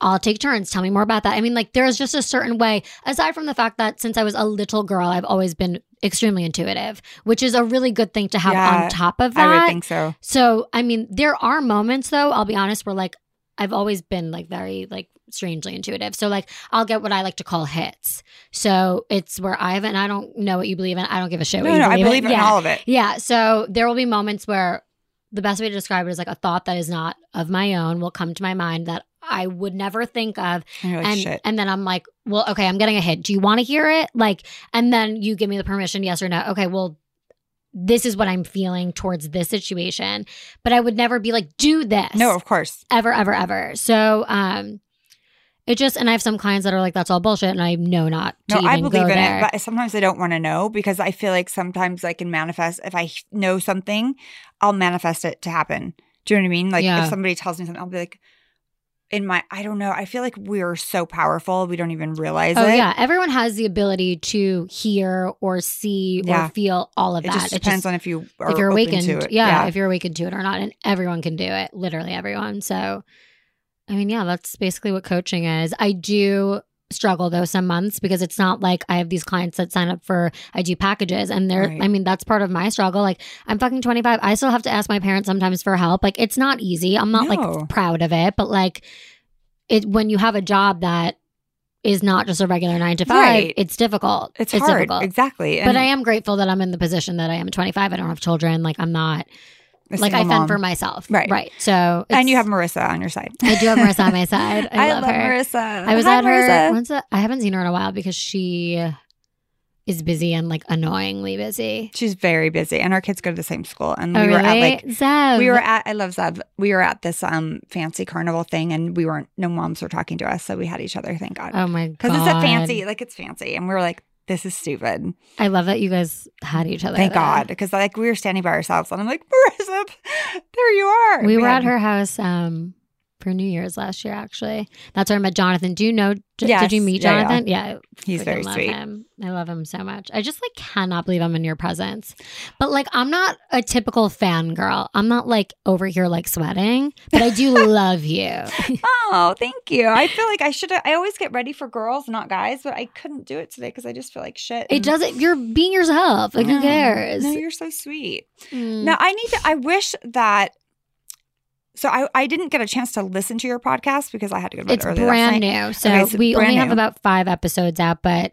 S2: I'll take turns. Tell me more about that. I mean, like, there's just a certain way, aside from the fact that since I was a little girl, I've always been extremely intuitive, which is a really good thing to have
S6: Yeah,
S2: on top of that.
S6: I would think so.
S2: so, I mean, there are moments, though, I'll be honest, where like I've always been like very, like, strangely intuitive. So, like, I'll get what I like to call hits. So it's where I haven't, I don't know what you believe in. I don't give a shit what
S6: No,
S2: you
S6: no, I
S2: believe
S6: believe in
S2: Yeah.
S6: all of it.
S2: Yeah. So there will be moments where the best way to describe it is like a thought that is not of my own will come to my mind that I would never think of.
S6: And you're like,
S2: and
S6: shit.
S2: and then I'm like, well, okay, I'm getting a hit. Do you want to hear it? Like, and then you give me the permission, yes or no. Okay, well, this is what I'm feeling towards this situation. But I would never be like, do this
S6: No, of course.
S2: ever ever ever so um it just and i have some clients that are like that's all bullshit and i know not to
S6: No,
S2: even
S6: I believe
S2: go
S6: in
S2: there.
S6: it, but sometimes I don't want to know because I feel like sometimes I can manifest. If I h- know something, I'll manifest it to happen. Do you know what I mean? Like
S2: Yeah.
S6: if somebody tells me something, I'll be like, in my, I don't know. I feel like we're so powerful, we don't even realize
S2: oh
S6: it.
S2: yeah everyone has the ability to hear or see
S6: Yeah.
S2: or feel all of
S6: It
S2: that
S6: just depends on if you are
S2: if you're
S6: open
S2: awakened
S6: to it.
S2: Yeah, if you're awakened to it or not and everyone can do it literally everyone so i mean yeah that's basically what coaching is i do struggle though some months because it's not like i have these clients that sign up for i do packages and they're
S6: Right.
S2: i mean that's part of my struggle like i'm fucking 25 i still have to ask my parents sometimes for help like it's not easy i'm not
S6: No.
S2: like proud of it but like it when you have a job that is not just a regular nine to five
S6: Right.
S2: it's difficult
S6: it's, hard.
S2: difficult
S6: Exactly.
S2: but I am grateful that I'm in the position that I am 25. I don't have children. Like I'm not
S6: a
S2: like I
S6: single
S2: fend
S6: mom.
S2: for myself.
S6: Right.
S2: Right. So
S6: And you have
S2: it's-
S6: Marissa on your side.
S2: I do have Marissa on my side. I, love, her.
S6: Marissa.
S2: I was
S6: Hi,
S2: at
S6: Marissa.
S2: her. When's the, I haven't seen her in a while because she is busy and like annoyingly busy.
S6: She's very busy, and our kids go to the same school. And
S2: oh,
S6: we were
S2: really? Oh,
S6: at like
S2: Zev.
S6: we were at I love Zev. We were at this um fancy carnival thing, and we weren't no moms were talking to us, so we had each other. Thank God,
S2: Oh my god.
S6: because it's a fancy like it's fancy, and we were like. This is stupid.
S2: I love that you guys had each other.
S6: Thank
S2: there.
S6: God, because like we were standing by ourselves, and I'm like, Marissa, there you are.
S2: We were
S6: had-
S2: at her house um for New Year's last year actually. That's where I met Jonathan. Do you know d-
S6: Yes.
S2: did you meet
S6: Yeah, yeah.
S2: Jonathan? yeah
S6: He's
S2: freaking
S6: very
S2: love
S6: sweet.
S2: Him. I love him so much. I just like cannot believe I'm in your presence. But like I'm not a typical fangirl. I'm not like over here like sweating, but I do love you.
S6: Oh, thank you. I feel like I should. I always get ready for girls, not guys, but I couldn't do it today because I just feel like shit.
S2: It
S6: and-
S2: doesn't you're being yourself. Like
S6: No.
S2: who cares?
S6: No, you're so sweet.
S2: Mm.
S6: Now I need to. I wish that. So I, I didn't get a chance to listen to your podcast because I had to go to bed
S2: it's
S6: early
S2: brand
S6: last night.
S2: new. So
S6: Okay, it's
S2: we
S6: brand
S2: only have
S6: new.
S2: about five episodes out, but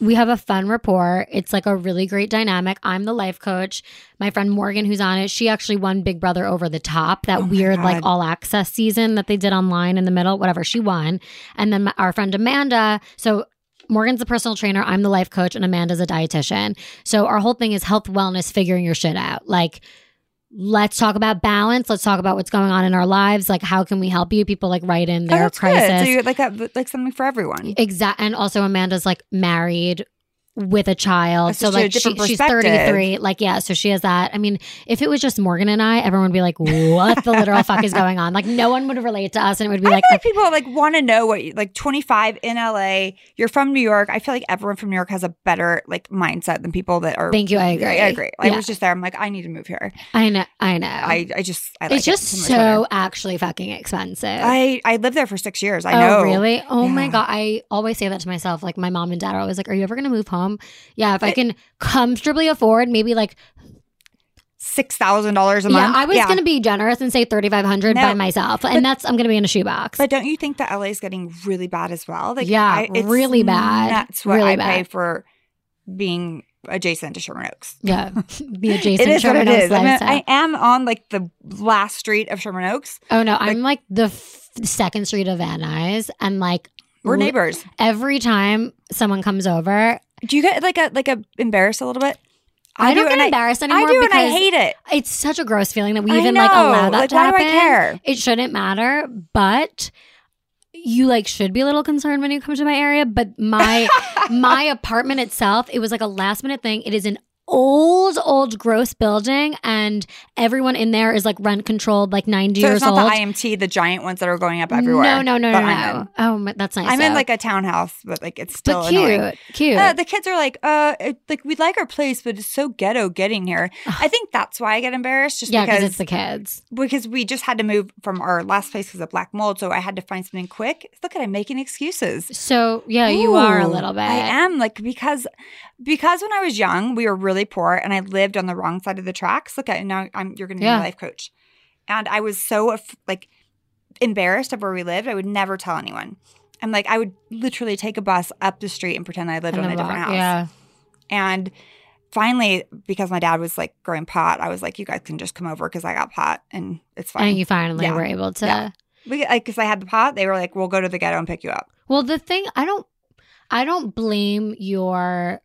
S2: we have a fun rapport. It's like a really great dynamic. I'm the life coach. My friend Morgan, who's on it, she actually won Big Brother Over the Top, that
S6: Oh my
S2: weird like
S6: God.
S2: all access season that they did online in the middle, whatever. She won. And then my, our friend Amanda. So Morgan's the personal trainer, I'm the life coach, and Amanda's a dietitian. So our whole thing is health, wellness, figuring your shit out. Like, let's talk about balance. Let's talk about what's going on in our lives. Like, how can we help you? People like write in
S6: Oh,
S2: their
S6: that's
S2: crisis.
S6: good. So you like that, like something for everyone.
S2: Exact, and also Amanda's like married with a child,
S6: That's
S2: so
S6: just a
S2: like she,
S6: different
S2: she's
S6: perspective.
S2: thirty three. Like yeah, so she has that. I mean, if it was just Morgan and I, everyone would be like, "What the literal fuck is going on?" Like no one would relate to us, and it would be
S6: I
S2: like,
S6: feel like
S2: okay,
S6: people like want to know what you like 25 in LA. You're from New York. I feel like everyone from New York has a better like mindset than people that are.
S2: "Thank you, I agree,
S6: I agree. I
S2: Yeah.
S6: was just there. I'm like, I need to move here.
S2: I know, I know."
S6: I, I just I like
S2: it's
S6: it
S2: just
S6: much
S2: so
S6: better.
S2: actually fucking expensive.
S6: I I lived there for six years. I know.
S2: Oh, really? Oh my
S6: Yeah.
S2: god! I always say that to myself. Like my mom and dad are always like, "Are you ever gonna move home?" Yeah, if I
S6: But-
S2: can comfortably afford, maybe like
S6: Six thousand dollars a
S2: yeah,
S6: month.
S2: I was gonna be generous and say thirty five hundred
S6: No.
S2: by myself, and
S6: But-
S2: that's I'm gonna be in a shoebox.
S6: But don't you think that LA is getting really bad as well? Like,
S2: Yeah,
S6: I, it's
S2: really bad.
S6: That's what
S2: Really
S6: I pay
S2: bad.
S6: for being adjacent to Sherman Oaks.
S2: yeah, the
S6: It
S2: adjacent
S6: is what
S2: Sherman
S6: it
S2: Oaks
S6: is. I, mean,
S2: lifestyle.
S6: I am on like the last street of Sherman Oaks.
S2: oh no, I'm like the f- second street of Van Nuys, and like
S6: We're
S2: li-
S6: neighbors.
S2: Every time someone comes over,
S6: Do you get like a like a embarrassed a little bit?
S2: I, don't
S6: do,
S2: get
S6: and
S2: embarrassed
S6: I, I
S2: anymore
S6: do, and
S2: because
S6: I hate it.
S2: it's such a gross feeling that we
S6: I
S2: even like allow
S6: know.
S2: that
S6: Like,
S2: to
S6: why do I
S2: happen.
S6: care?
S2: It shouldn't matter, but you like should be a little concerned when you come to my area. But my my apartment itself, it was like a last minute thing. It is an old, old, gross building, and everyone in there is like rent controlled, like ninety
S6: So
S2: years
S6: it's not
S2: old.
S6: the IMT, the giant ones that are going up everywhere.
S2: No, no, no, no,
S6: that
S2: no.
S6: I'm in.
S2: Oh, my, that's nice.
S6: I'm in
S2: though.
S6: like a townhouse, but like it's still
S2: but cute,
S6: annoying.
S2: cute.
S6: Uh, the kids are like, uh, it- like we like our place, but it's so ghetto getting here. I think that's why I get embarrassed, just
S2: yeah, because
S6: because
S2: it's the kids.
S6: because we just had to move from our last place because of black mold, so I had to find something quick. Look at I'm making excuses.
S2: So yeah, you are a
S6: Ooh,
S2: little bit.
S6: I am like because because when I was young, we were really poor, and I lived on the wrong side of the tracks. Look at now, I'm you're going to be
S2: Yeah.
S6: a life coach, and I was so af- like embarrassed of where we lived. I would never tell anyone. I'm like I would literally take a bus up the street and pretend I lived
S2: And
S6: on
S2: the
S6: a different
S2: rock-
S6: house.
S2: Yeah.
S6: And finally, because my dad was like growing pot, I was like, you guys can just come over because I got pot and it's fine.
S2: And you finally
S6: Yeah.
S2: were able to.
S6: Yeah. we like because I had the pot. They were like, we'll go to the ghetto and pick you up.
S2: Well, the thing I don't I don't blame your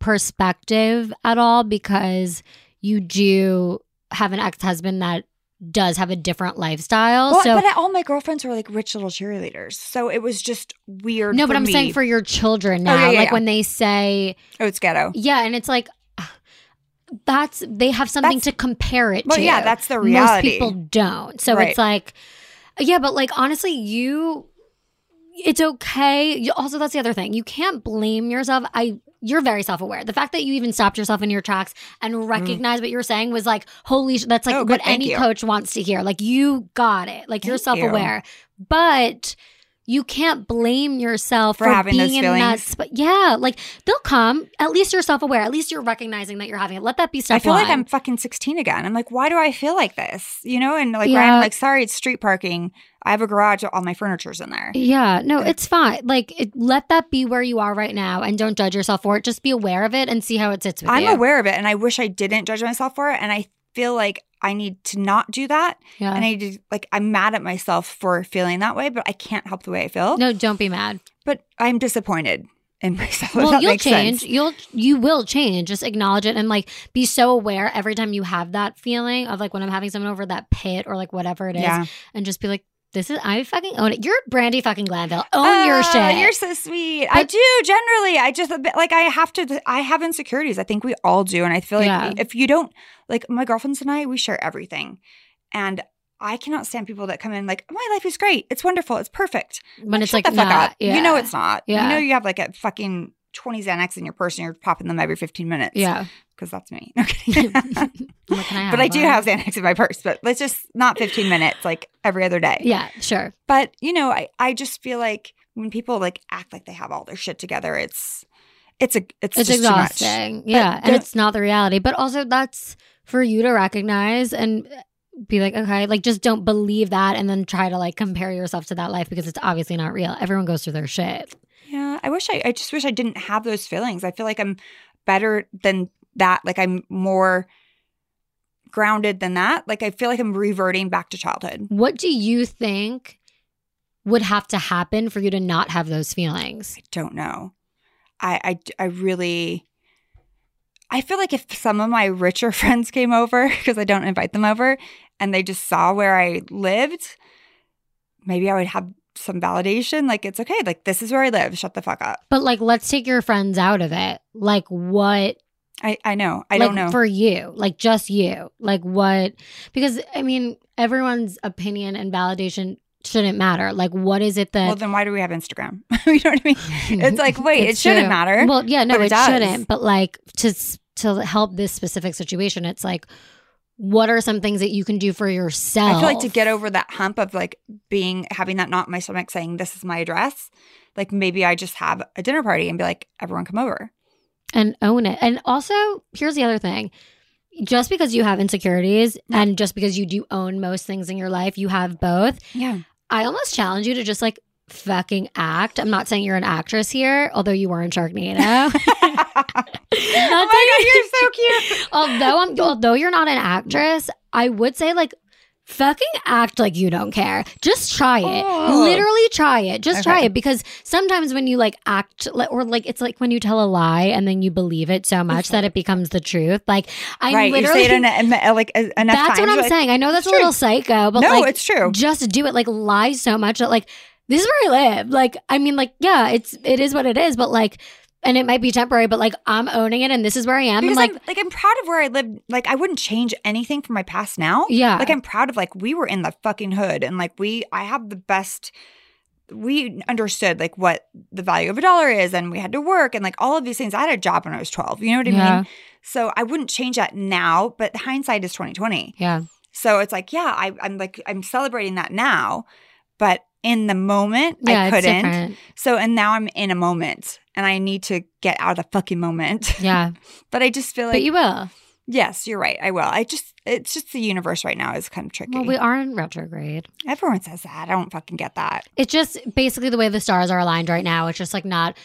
S2: perspective at all because you do have an ex-husband that does have a different lifestyle.
S6: Well,
S2: so
S6: but all my girlfriends were like rich little cheerleaders, so it was just weird.
S2: no, but
S6: for
S2: I'm
S6: me.
S2: saying for your children
S6: Oh,
S2: now,
S6: yeah, yeah,
S2: like
S6: yeah.
S2: when they say,
S6: oh, it's ghetto.
S2: yeah, and it's like that's they have something
S6: That's-
S2: to compare it
S6: Well,
S2: to.
S6: yeah, that's the reality.
S2: Most people don't. So
S6: Right.
S2: it's like, yeah, but like honestly, you, it's okay. You, also, that's the other thing. You can't blame yourself. I, you're very self aware. The fact that you even stopped yourself in your tracks and recognized what you were saying was like, holy, sh- that's like
S6: Mm. Oh, good.
S2: what
S6: Thank
S2: any
S6: you.
S2: coach wants to hear. Like you got it. Like you're
S6: Thank
S2: self
S6: you.
S2: aware, but. You can't blame yourself
S6: For having those
S2: being in that
S6: feelings.
S2: spot. Yeah, like they'll come. At least you're self aware. At least you're recognizing that you're having it. Let that be step
S6: I feel like
S2: one.
S6: I'm fucking 16 again. I'm like, why do I feel like this? You know, and like
S2: Yeah.
S6: I'm like, sorry, it's street parking. I have a garage. All my furniture's in there.
S2: Yeah, no,
S6: Okay.
S2: it's fine. Like, it, let that be where you are right now, and don't judge yourself for it. Just be aware of it and see how it sits with
S6: I'm
S2: you.
S6: aware of it, and I wish I didn't judge myself for it. And I feel like I need to not do that.
S2: Yeah.
S6: And I did, like I'm mad at myself for feeling that way, but I can't help the way I feel.
S2: no, don't be mad.
S6: But I'm disappointed in myself. if
S2: Well,
S6: that
S2: you'll
S6: makes
S2: change.
S6: sense.
S2: You'll you will change. Just acknowledge it and like be so aware every time you have that feeling of like when I'm having someone over that pit or like whatever it is,
S6: Yeah.
S2: and just be like, "This is I fucking own it. You're Brandy fucking Glanville. Own your
S6: Oh,
S2: shit.
S6: You're so sweet. I
S2: But-
S6: do generally. I just a bit- like I have to. I have insecurities. I think we all do, and I feel like
S2: Yeah.
S6: if you don't like my girlfriends and I, we share everything, and I cannot stand people that come in like my life is great, it's wonderful, it's perfect.
S2: when it's
S6: Shut
S2: like
S6: the fuck
S2: not-
S6: up. You know
S2: yeah.
S6: it's not.
S2: Yeah.
S6: You know you have like a fucking 20 Xanax in your purse and you're popping them every 15 minutes.
S2: yeah.
S6: Because that's me. No kidding.
S2: What can I have?
S6: but I do
S2: one?
S6: have Xanax in my purse, but let's just not 15 minutes, like every other day.
S2: Yeah, sure.
S6: But, you know, I, I just feel like when people like act like they have all their shit together, it's, it's a, it's,
S2: it's
S6: just too much.
S2: exhausting yeah and
S6: don't-
S2: it's not the reality but also that's for you to recognize and be like okay like just don't believe that and then try to like compare yourself to that life because it's obviously not real everyone goes through their shit
S6: Yeah. I wish I, I just wish I didn't have those feelings. I feel like I'm better than that. Like I'm more grounded than that. Like I feel like I'm reverting back to childhood.
S2: what do you think would have to happen for you to not have those feelings
S6: don't know. I, I d- I really I feel like if some of my richer friends came over because I don't invite them over and they just saw where I lived, maybe I would have some validation like it's okay like this is where I live shut the fuck up.
S2: but like let's take your friends out of it like what
S6: I I know. I
S2: like,
S6: don't know.
S2: for you, like just you, like what? Because I mean, everyone's opinion and validation shouldn't matter. Like, what is it
S6: well
S2: that?
S6: then why do we have Instagram? you know what I mean? It's like wait, it
S2: It's
S6: shouldn't
S2: true.
S6: matter.
S2: Well, yeah, no,
S6: but
S2: it,
S6: it does.
S2: shouldn't. But like to s- to help this specific situation, it's like, what are some things that you can do for yourself?
S6: I feel like to get over that hump of like being having that knot in my stomach saying this is my address, like maybe I just have a dinner party and be like everyone come over.
S2: and own it. And also, here's the other thing. Just because you have insecurities and just because you do own most things in your life, you have both.
S6: Yeah.
S2: I almost challenge you to just like fucking act. I'm not saying you're an actress here, although you were in Sharknado.
S6: oh my god, you're so cute.
S2: although I'm although you're not an actress, I would say like Fucking act like you don't care. Just try it.
S6: Ugh.
S2: Literally try it. Just try
S6: Oh. Okay.
S2: it because sometimes when you like act li- or like it's like when you tell a lie and then you believe it so much that it becomes the truth. Like I
S6: right. You
S2: literally
S6: say it in, a, in a, like a, enough
S2: That's
S6: times,
S2: what I'm
S6: like,
S2: saying. I know that's a
S6: true.
S2: little psycho, but
S6: No,
S2: like,
S6: it's true.
S2: Just do it. Like lie so much that like this is where I live. Like I mean, like yeah, it's it is what it is, but like, and it might be temporary, but like I'm owning it, and this is where I am. And
S6: Because
S2: like,
S6: I'm, like I'm proud of where I lived. Like I wouldn't change anything from my past now.
S2: yeah,
S6: Like I'm proud of like we were in the fucking hood and like we I have the best we understood like what the value of a dollar is and we had to work and like all of these things. I had a job when I was 12. You know what I
S2: Yeah.
S6: mean? So I wouldn't change that now, but hindsight is 2020.
S2: yeah,
S6: So it's like, yeah, I, I'm like I'm celebrating that now, but in the moment
S2: yeah.
S6: I
S2: it's
S6: couldn't.
S2: different.
S6: So and now I'm in a moment and I need to get out of the fucking moment.
S2: Yeah,
S6: but I just feel like
S2: but you will.
S6: Yes, you're right. I will. I just it's just the universe right now is kind of tricky.
S2: Well, we are in retrograde.
S6: Everyone says that. I don't fucking get that.
S2: It's just basically the way the stars are aligned right now. It's just like not.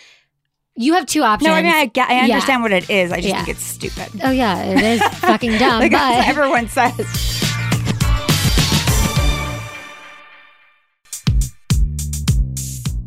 S2: You have two options.
S6: No, I mean I get I
S2: Yeah.
S6: understand what it is. I just
S2: Yeah.
S6: think it's stupid.
S2: oh yeah, it is fucking dumb.
S6: like that's
S2: but
S6: what everyone says.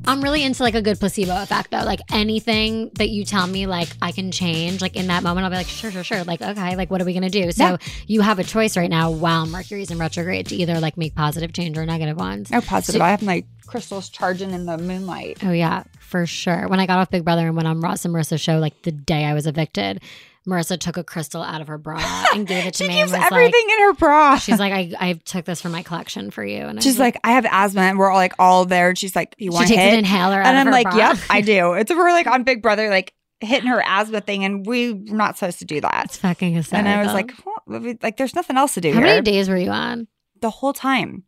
S2: I'm really into like a good placebo effect though. Like anything that you tell me, like I can change. Like in that moment, I'll be like, sure, sure, sure. Like okay, like what are we gonna do? So
S6: Yeah.
S2: you have a choice right now while Mercury's in retrograde to either like make positive change or negative ones.
S6: No positive. I have my crystals charging in the moonlight.
S2: Oh yeah, for sure. When I got off Big Brother and went on Ross and Marissa's show, like the day I was evicted, Marissa took a crystal out of her bra and gave it to
S6: She
S2: me.
S6: keeps
S2: and was
S6: everything in her bra.
S2: Like, she's like, I, I took this from my collection for you, and I
S6: She's
S2: was
S6: like, I have asthma, and we're all like all there. And she's like, you
S2: Mm-hmm. she
S6: want to
S2: takes
S6: hit?
S2: an inhaler, out
S6: and
S2: of
S6: I'm
S2: her
S6: like,
S2: bra.
S6: yep, I do. It's we're like on Big Brother, like hitting her asthma thing, and we're not supposed to do
S2: It's
S6: that.
S2: fucking
S6: And
S2: hysterical.
S6: I was like, "Well, like there's nothing else to do
S2: how
S6: here.
S2: many days were you on?
S6: the whole time.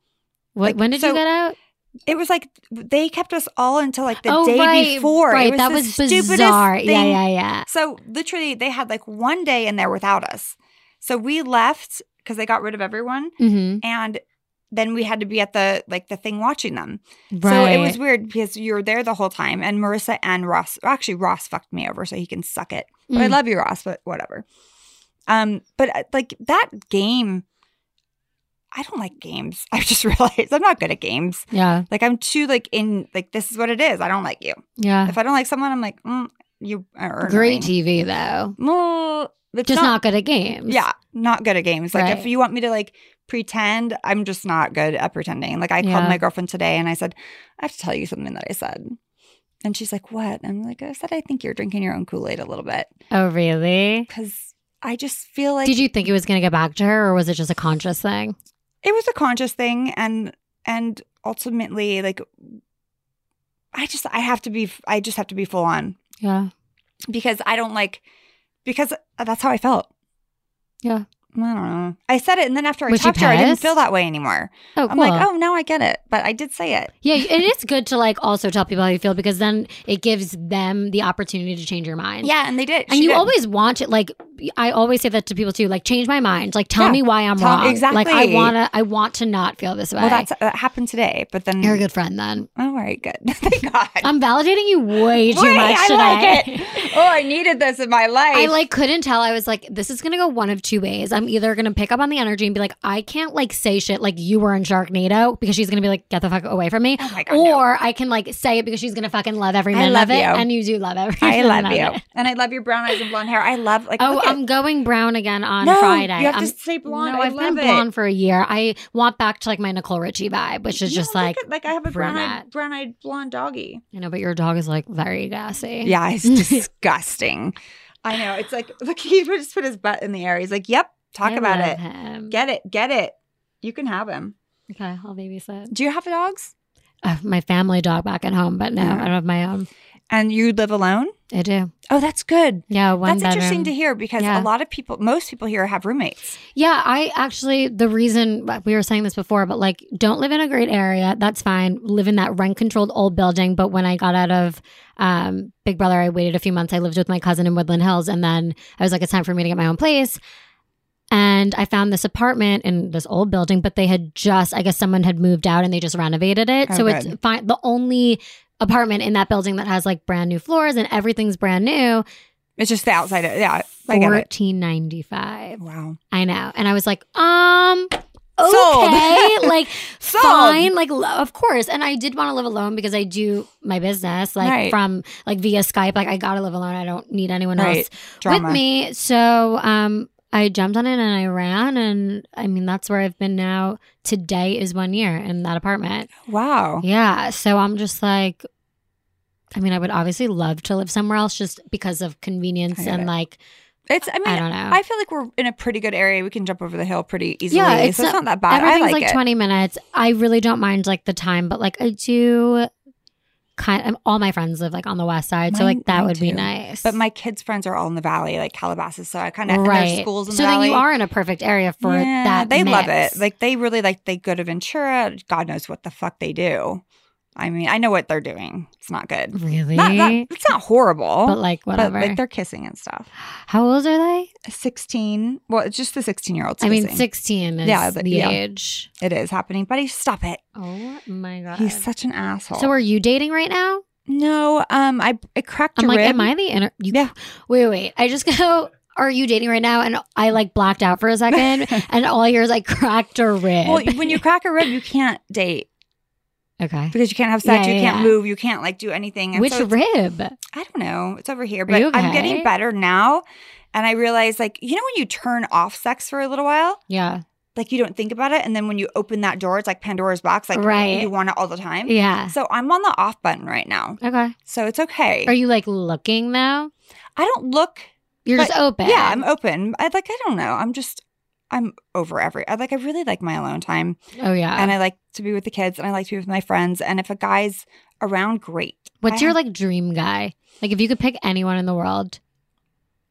S2: What,
S6: Like,
S2: when did you
S6: so-
S2: get out?
S6: It was like they kept us all until like the
S2: oh,
S6: day
S2: right,
S6: before. It
S2: Right, that
S6: the
S2: was
S6: stupidest
S2: bizarre. Yeah,
S6: thing.
S2: yeah, yeah.
S6: So literally, they had like one day in there without us. So we left because they got rid of everyone,
S2: Mm-hmm.
S6: and then we had to be at the like the thing watching them.
S2: Right.
S6: So it was weird because you were there the whole time, and Marissa and Ross. well, Actually, Ross fucked me over, so he can suck it. But I
S2: Mm.
S6: love you, Ross. But whatever. Um, but uh, like that game, I don't like games. I just realized I'm not good at games.
S2: yeah,
S6: Like I'm too like in like this is what it is. I don't like you.
S2: yeah.
S6: If I don't like someone, I'm like mm, you are
S2: Great
S6: annoying.
S2: TV though.
S6: Well, it's
S2: Just not, good at games.
S6: Yeah, not good at games. Like if
S2: Right.
S6: you want me to like pretend, I'm just not good at pretending. Like I
S2: Yeah.
S6: called my girlfriend today and I said I have to tell you something that I said. And she's like, "What?" I'm like, "I said I think you're drinking your own Kool Aid a little bit
S2: Oh, really?
S6: because I just feel like
S2: Did you think it was going to get back to her, or was it just a conscious thing?
S6: it was a conscious thing and and ultimately like I just I have to be I just have to be full on
S2: Yeah.
S6: because I don't like because uh, that's how I felt.
S2: Yeah.
S6: I don't know. I said it, and then after I
S2: Was she
S6: talked to her, I didn't
S2: pissed?
S6: feel that way anymore.
S2: Oh, cool.
S6: I'm like, oh, now I get it, but I did say it.
S2: Yeah, and it's good to like also tell people how you feel because then it gives them the opportunity to change your mind.
S6: Yeah, and they did.
S2: And
S6: She
S2: you
S6: did.
S2: always want it. Like I always say that to people too. Like change my mind. Like tell
S6: Yeah.
S2: me why I'm
S6: Tell-
S2: wrong. Like I
S6: exactly.
S2: wanna. I want to not feel this way.
S6: Well, that's that happened today, but then oh,
S2: You're a good friend then.
S6: All right, good. Thank God.
S2: I'm validating you way too
S6: Wait,
S2: much
S6: I
S2: today.
S6: like it. Oh, I needed this in my life.
S2: I like couldn't tell. I was like, this is gonna go one of two ways. I'm either gonna pick up on the energy and be like, I can't like say shit like you were in Sharknado because she's gonna be like, get the fuck away from me.
S6: Oh my God, no.
S2: or I can like say it because she's gonna fucking love every
S6: I
S2: minute
S6: love
S2: of it,
S6: you.
S2: and you do love every.
S6: I
S2: minute
S6: love
S2: of
S6: you,
S2: it.
S6: and I love your brown eyes and blonde hair. I love like.
S2: Oh,
S6: look at-
S2: I'm going brown again on
S6: No,
S2: Friday.
S6: You have
S2: I'm,
S6: to say blonde.
S2: No,
S6: I
S2: have
S6: love
S2: been
S6: it.
S2: blonde for a year. I want back to like my Nicole Richie vibe, which is
S6: No,
S2: just
S6: look
S2: like
S6: at- like I have a brown
S2: brunette.
S6: eyed, brown eyed blonde doggy.
S2: you know. But your dog is like very gassy.
S6: Yeah, it's disgusting. I know. It's like, look, he just put his butt in the air. He's like, yep, talk
S2: I
S6: about
S2: love
S6: it.
S2: him.
S6: Get it, get it. You can have him.
S2: okay, I'll babysit.
S6: Do you have dogs?
S2: Uh, my family dog back at home, but no, I
S6: Yeah.
S2: don't have my own.
S6: And you live alone?
S2: I do.
S6: Oh, that's good.
S2: Yeah, one
S6: that's interesting
S2: bedroom.
S6: to hear because
S2: Yeah.
S6: a lot of people, most people here have roommates.
S2: Yeah, I actually the reason uh, we were saying this before, but like, don't live in a great area. That's fine. Live in that rent controlled old building. But when I got out of um, Big Brother, I waited a few months. I lived with my cousin in Woodland Hills, and then I was like, it's time for me to get my own place. And I found this apartment in this old building, but they had just, I guess someone had moved out and they just renovated it.
S6: Oh,
S2: so it's
S6: good.
S2: fine. The only apartment in that building that has like brand new floors and everything's brand new.
S6: It's just the outside. Of, yeah, I get it.
S2: Fourteen ninety five.
S6: Wow.
S2: I know. And I was like, um,
S6: Sold.
S2: okay, like
S6: Sold.
S2: fine, like lo- of course. And I did want to live alone because I do my business like
S6: Right.
S2: from like via Skype. Like I gotta live alone. I don't need anyone
S6: Right.
S2: else
S6: Drama.
S2: with me. So um, I jumped on it and I ran, and I mean that's where I've been now. Today is one year in that apartment.
S6: Wow.
S2: Yeah. So I'm just like, I mean, I would obviously love to live somewhere else just because of convenience
S6: I get
S2: and
S6: it.
S2: like,
S6: It's. I
S2: I
S6: mean,
S2: don't know.
S6: I feel like we're in a pretty good area. We can jump over the hill pretty easily.
S2: Yeah,
S6: it's
S2: it's
S6: so it's not
S2: not-
S6: that bad. I
S2: Everything's
S6: like,
S2: like,
S6: it.
S2: 20 minutes. I really don't mind like the time, but like I do kind of, all my friends live like on the west side. so
S6: Mine-
S2: like that
S6: mine
S2: would be
S6: too.
S2: nice.
S6: But my kids' friends are all in the valley, like Calabasas. So I kind of and there's
S2: right.
S6: schools in
S2: so
S6: the
S2: then
S6: valley.
S2: you are in a perfect area for
S6: Yeah,
S2: that.
S6: They love
S2: mix.
S6: it. Like they really like they go to Ventura. God knows what the fuck they do. I mean, I know what they're doing. It's not good.
S2: really?
S6: Not, not, it's not horrible.
S2: but like
S6: but
S2: whatever.
S6: like they're kissing and stuff.
S2: How old are they?
S6: 16. Well, it's just the 16 year olds.
S2: I mean,
S6: kissing.
S2: 16 is
S6: Yeah, but-
S2: the
S6: yeah.
S2: age.
S6: It is happening. Buddy, stop it.
S2: Oh my God.
S6: He's such an asshole.
S2: so are you dating right now?
S6: no, um, I it cracked
S2: I'm
S6: a
S2: like,
S6: rib.
S2: am I the inner? You,
S6: Yeah.
S2: Wait, wait. I just go. Are you dating right now? And I like blacked out for a second, and all I hear is like cracked a rib.
S6: Well, when you crack a rib, you can't date
S2: okay.
S6: because you can't have sex,
S2: Yeah,
S6: you
S2: yeah,
S6: can't
S2: yeah.
S6: move, you can't like do anything. And
S2: Which
S6: so it's-
S2: rib?
S6: I don't know. It's over here, but
S2: you
S6: I'm getting
S2: okay?
S6: better now. And I realize, like, you know, when you turn off sex for a little while,
S2: Yeah.
S6: like you don't think about it, and then when you open that door, it's like Pandora's box. Like,
S2: Right.
S6: you want it all the time.
S2: Yeah.
S6: So I'm on the off button right now.
S2: Okay.
S6: So it's okay.
S2: Are you like looking though?
S6: I don't look.
S2: You're
S6: But-
S2: just open.
S6: Yeah, I'm open. I like. I don't know. I'm just. I'm over every. I like. I really like my alone time,
S2: oh yeah.
S6: and I like to be with the kids, and I like to be with my friends. And if a guy's around, great.
S2: What's
S6: I
S2: your
S6: have
S2: like dream guy? Like if you could pick anyone in the world.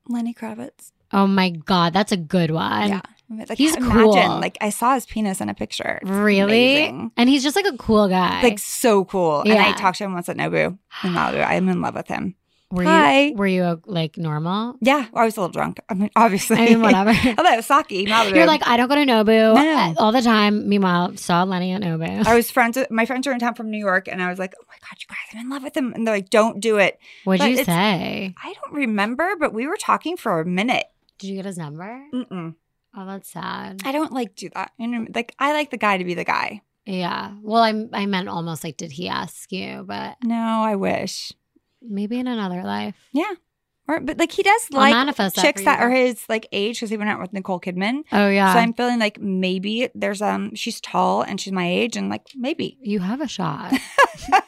S6: Lenny Kravitz?
S2: Oh my god, that's a good one.
S6: yeah. I mean, Like,
S2: he's
S6: imagine,
S2: cool.
S6: Like I saw his penis in a picture. It's
S2: Really?
S6: amazing.
S2: And he's just like a cool guy.
S6: Like so cool. And I
S2: Yeah.
S6: talked to him once at Nobu in Malibu. I'm in love with him.
S2: were
S6: hi.
S2: you were you uh, like normal?
S6: Yeah. I was a little drunk. I mean, obviously.
S2: I mean, whatever.
S6: Hello, Saki, Malibu.
S2: You're like, I don't go to Nobu Uh,
S6: No.
S2: all the time. Meanwhile, saw Lenny at Nobu.
S6: I was friends with my friends are in town from New York and I was like, Oh my god, you guys, I'm in love with him. And they're like, Don't do it.
S2: What'd
S6: but
S2: you
S6: it's-
S2: say?
S6: I don't remember, but we were talking for a minute.
S2: Did you get his number?
S6: Mm-mm.
S2: Oh, that's sad.
S6: I don't like do that. You know, like I like the guy to be the guy.
S2: Yeah. Well, I I meant almost like, did he ask you? But
S6: No, I wish.
S2: maybe in another life.
S6: Yeah. Or, but like he does
S2: I'll
S6: like
S2: manifest that
S6: chicks
S2: for
S6: that
S2: you.
S6: are his like age because he went out with Nicole Kidman.
S2: Oh yeah.
S6: So I'm feeling like maybe there's um she's tall and she's my age and like maybe
S2: you have a shot.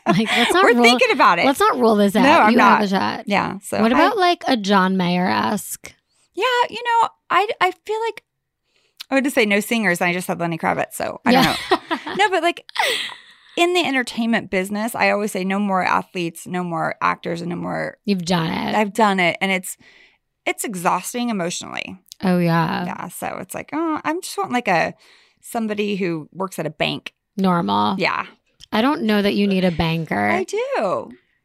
S2: Like, let's not
S6: we're
S2: rule-
S6: thinking about it.
S2: Let's not rule this
S6: No,
S2: out.
S6: I'm
S2: you
S6: not.
S2: have a shot.
S6: yeah. So
S2: what
S6: I-
S2: about like a John Mayer esque?
S6: yeah? You know, I I feel like I would just say no singers and I just said Lenny Kravitz. So I don't know. No, but like in the entertainment business, I always say no more athletes, no more actors, and no more.
S2: You've done it.
S6: I've done it, and it's it's exhausting emotionally.
S2: oh yeah.
S6: Yeah. So it's like oh, I'm just wanting like a somebody who works at a bank.
S2: Normal.
S6: Yeah,
S2: I don't know that you need a banker.
S6: I
S2: I,
S6: do.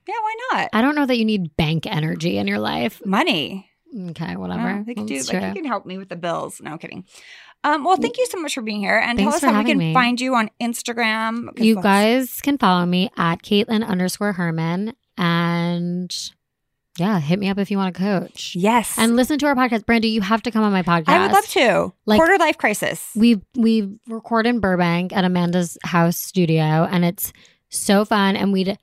S6: Yeah, why not?
S2: don't know that you need bank energy in your life.
S6: Money.
S2: Okay,
S6: Well,
S2: whatever.
S6: they can do
S2: That's
S6: like you
S2: true.
S6: can help me with the bills. No I'm kidding. Um, well, thank you so much for being here, and tell
S2: Thanks
S6: us
S2: for
S6: how we
S2: having
S6: can
S2: me.
S6: find you on Instagram. 'cause
S2: You
S6: that's-
S2: guys can follow me at Caitlin underscore Herman. And yeah, hit me up if you want to coach.
S6: yes,
S2: And listen to our podcast. Brandy, you have to come on my podcast.
S6: I would love to.
S2: Like-
S6: Quarter life crisis.
S2: We we record in Burbank at Amanda's house studio and it's so fun and we'd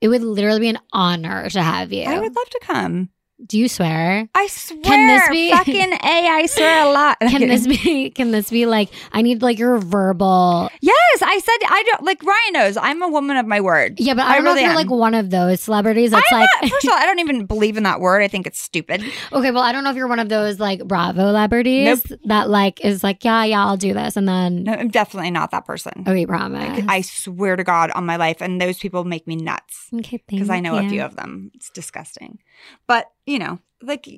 S2: it would literally be an honor to have you.
S6: I would love to come.
S2: do you swear?
S6: I swear,
S2: this be-
S6: fucking a, I swear a lot. I'm
S2: Can
S6: kidding.
S2: this be can this be like I need like your verbal
S6: yes, I said I don't like Ryan knows. I'm a woman of my word.
S2: Yeah, but
S6: I
S2: I don't know
S6: really
S2: if you're
S6: am.
S2: like one of those celebrities that's
S6: I'm
S2: like
S6: not- first of all, I don't even believe in that word. I think it's stupid.
S2: Okay, well, I don't know if you're one of those like Bravo celebrities that like is like, yeah, yeah, I'll do this, and then
S6: No, I'm definitely not that person.
S2: okay, promise.
S6: I swear to God on my life, and those people make me nuts.
S2: okay,
S6: because I
S2: thank
S6: know a
S2: you.
S6: few of them. It's disgusting. But, you know, like,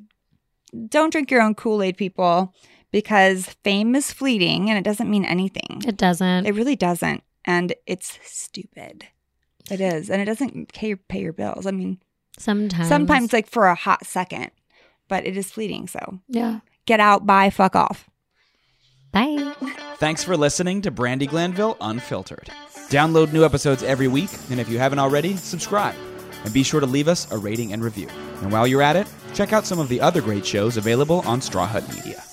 S6: don't drink your own Kool Aid, people, because fame is fleeting and it doesn't mean anything.
S2: It doesn't.
S6: It really doesn't. And it's stupid. It is. And it doesn't pay your, pay your bills. I mean,
S2: sometimes.
S6: sometimes, like, for a hot second, but it is fleeting. So
S2: Yeah.
S6: get out, buy, fuck off.
S2: Bye.
S5: Thanks for listening to Brandy Glanville Unfiltered. Download new episodes every week, and if you haven't already, subscribe. And be sure to leave us a rating and review. And while you're at it, check out some of the other great shows available on Straw Hut Media.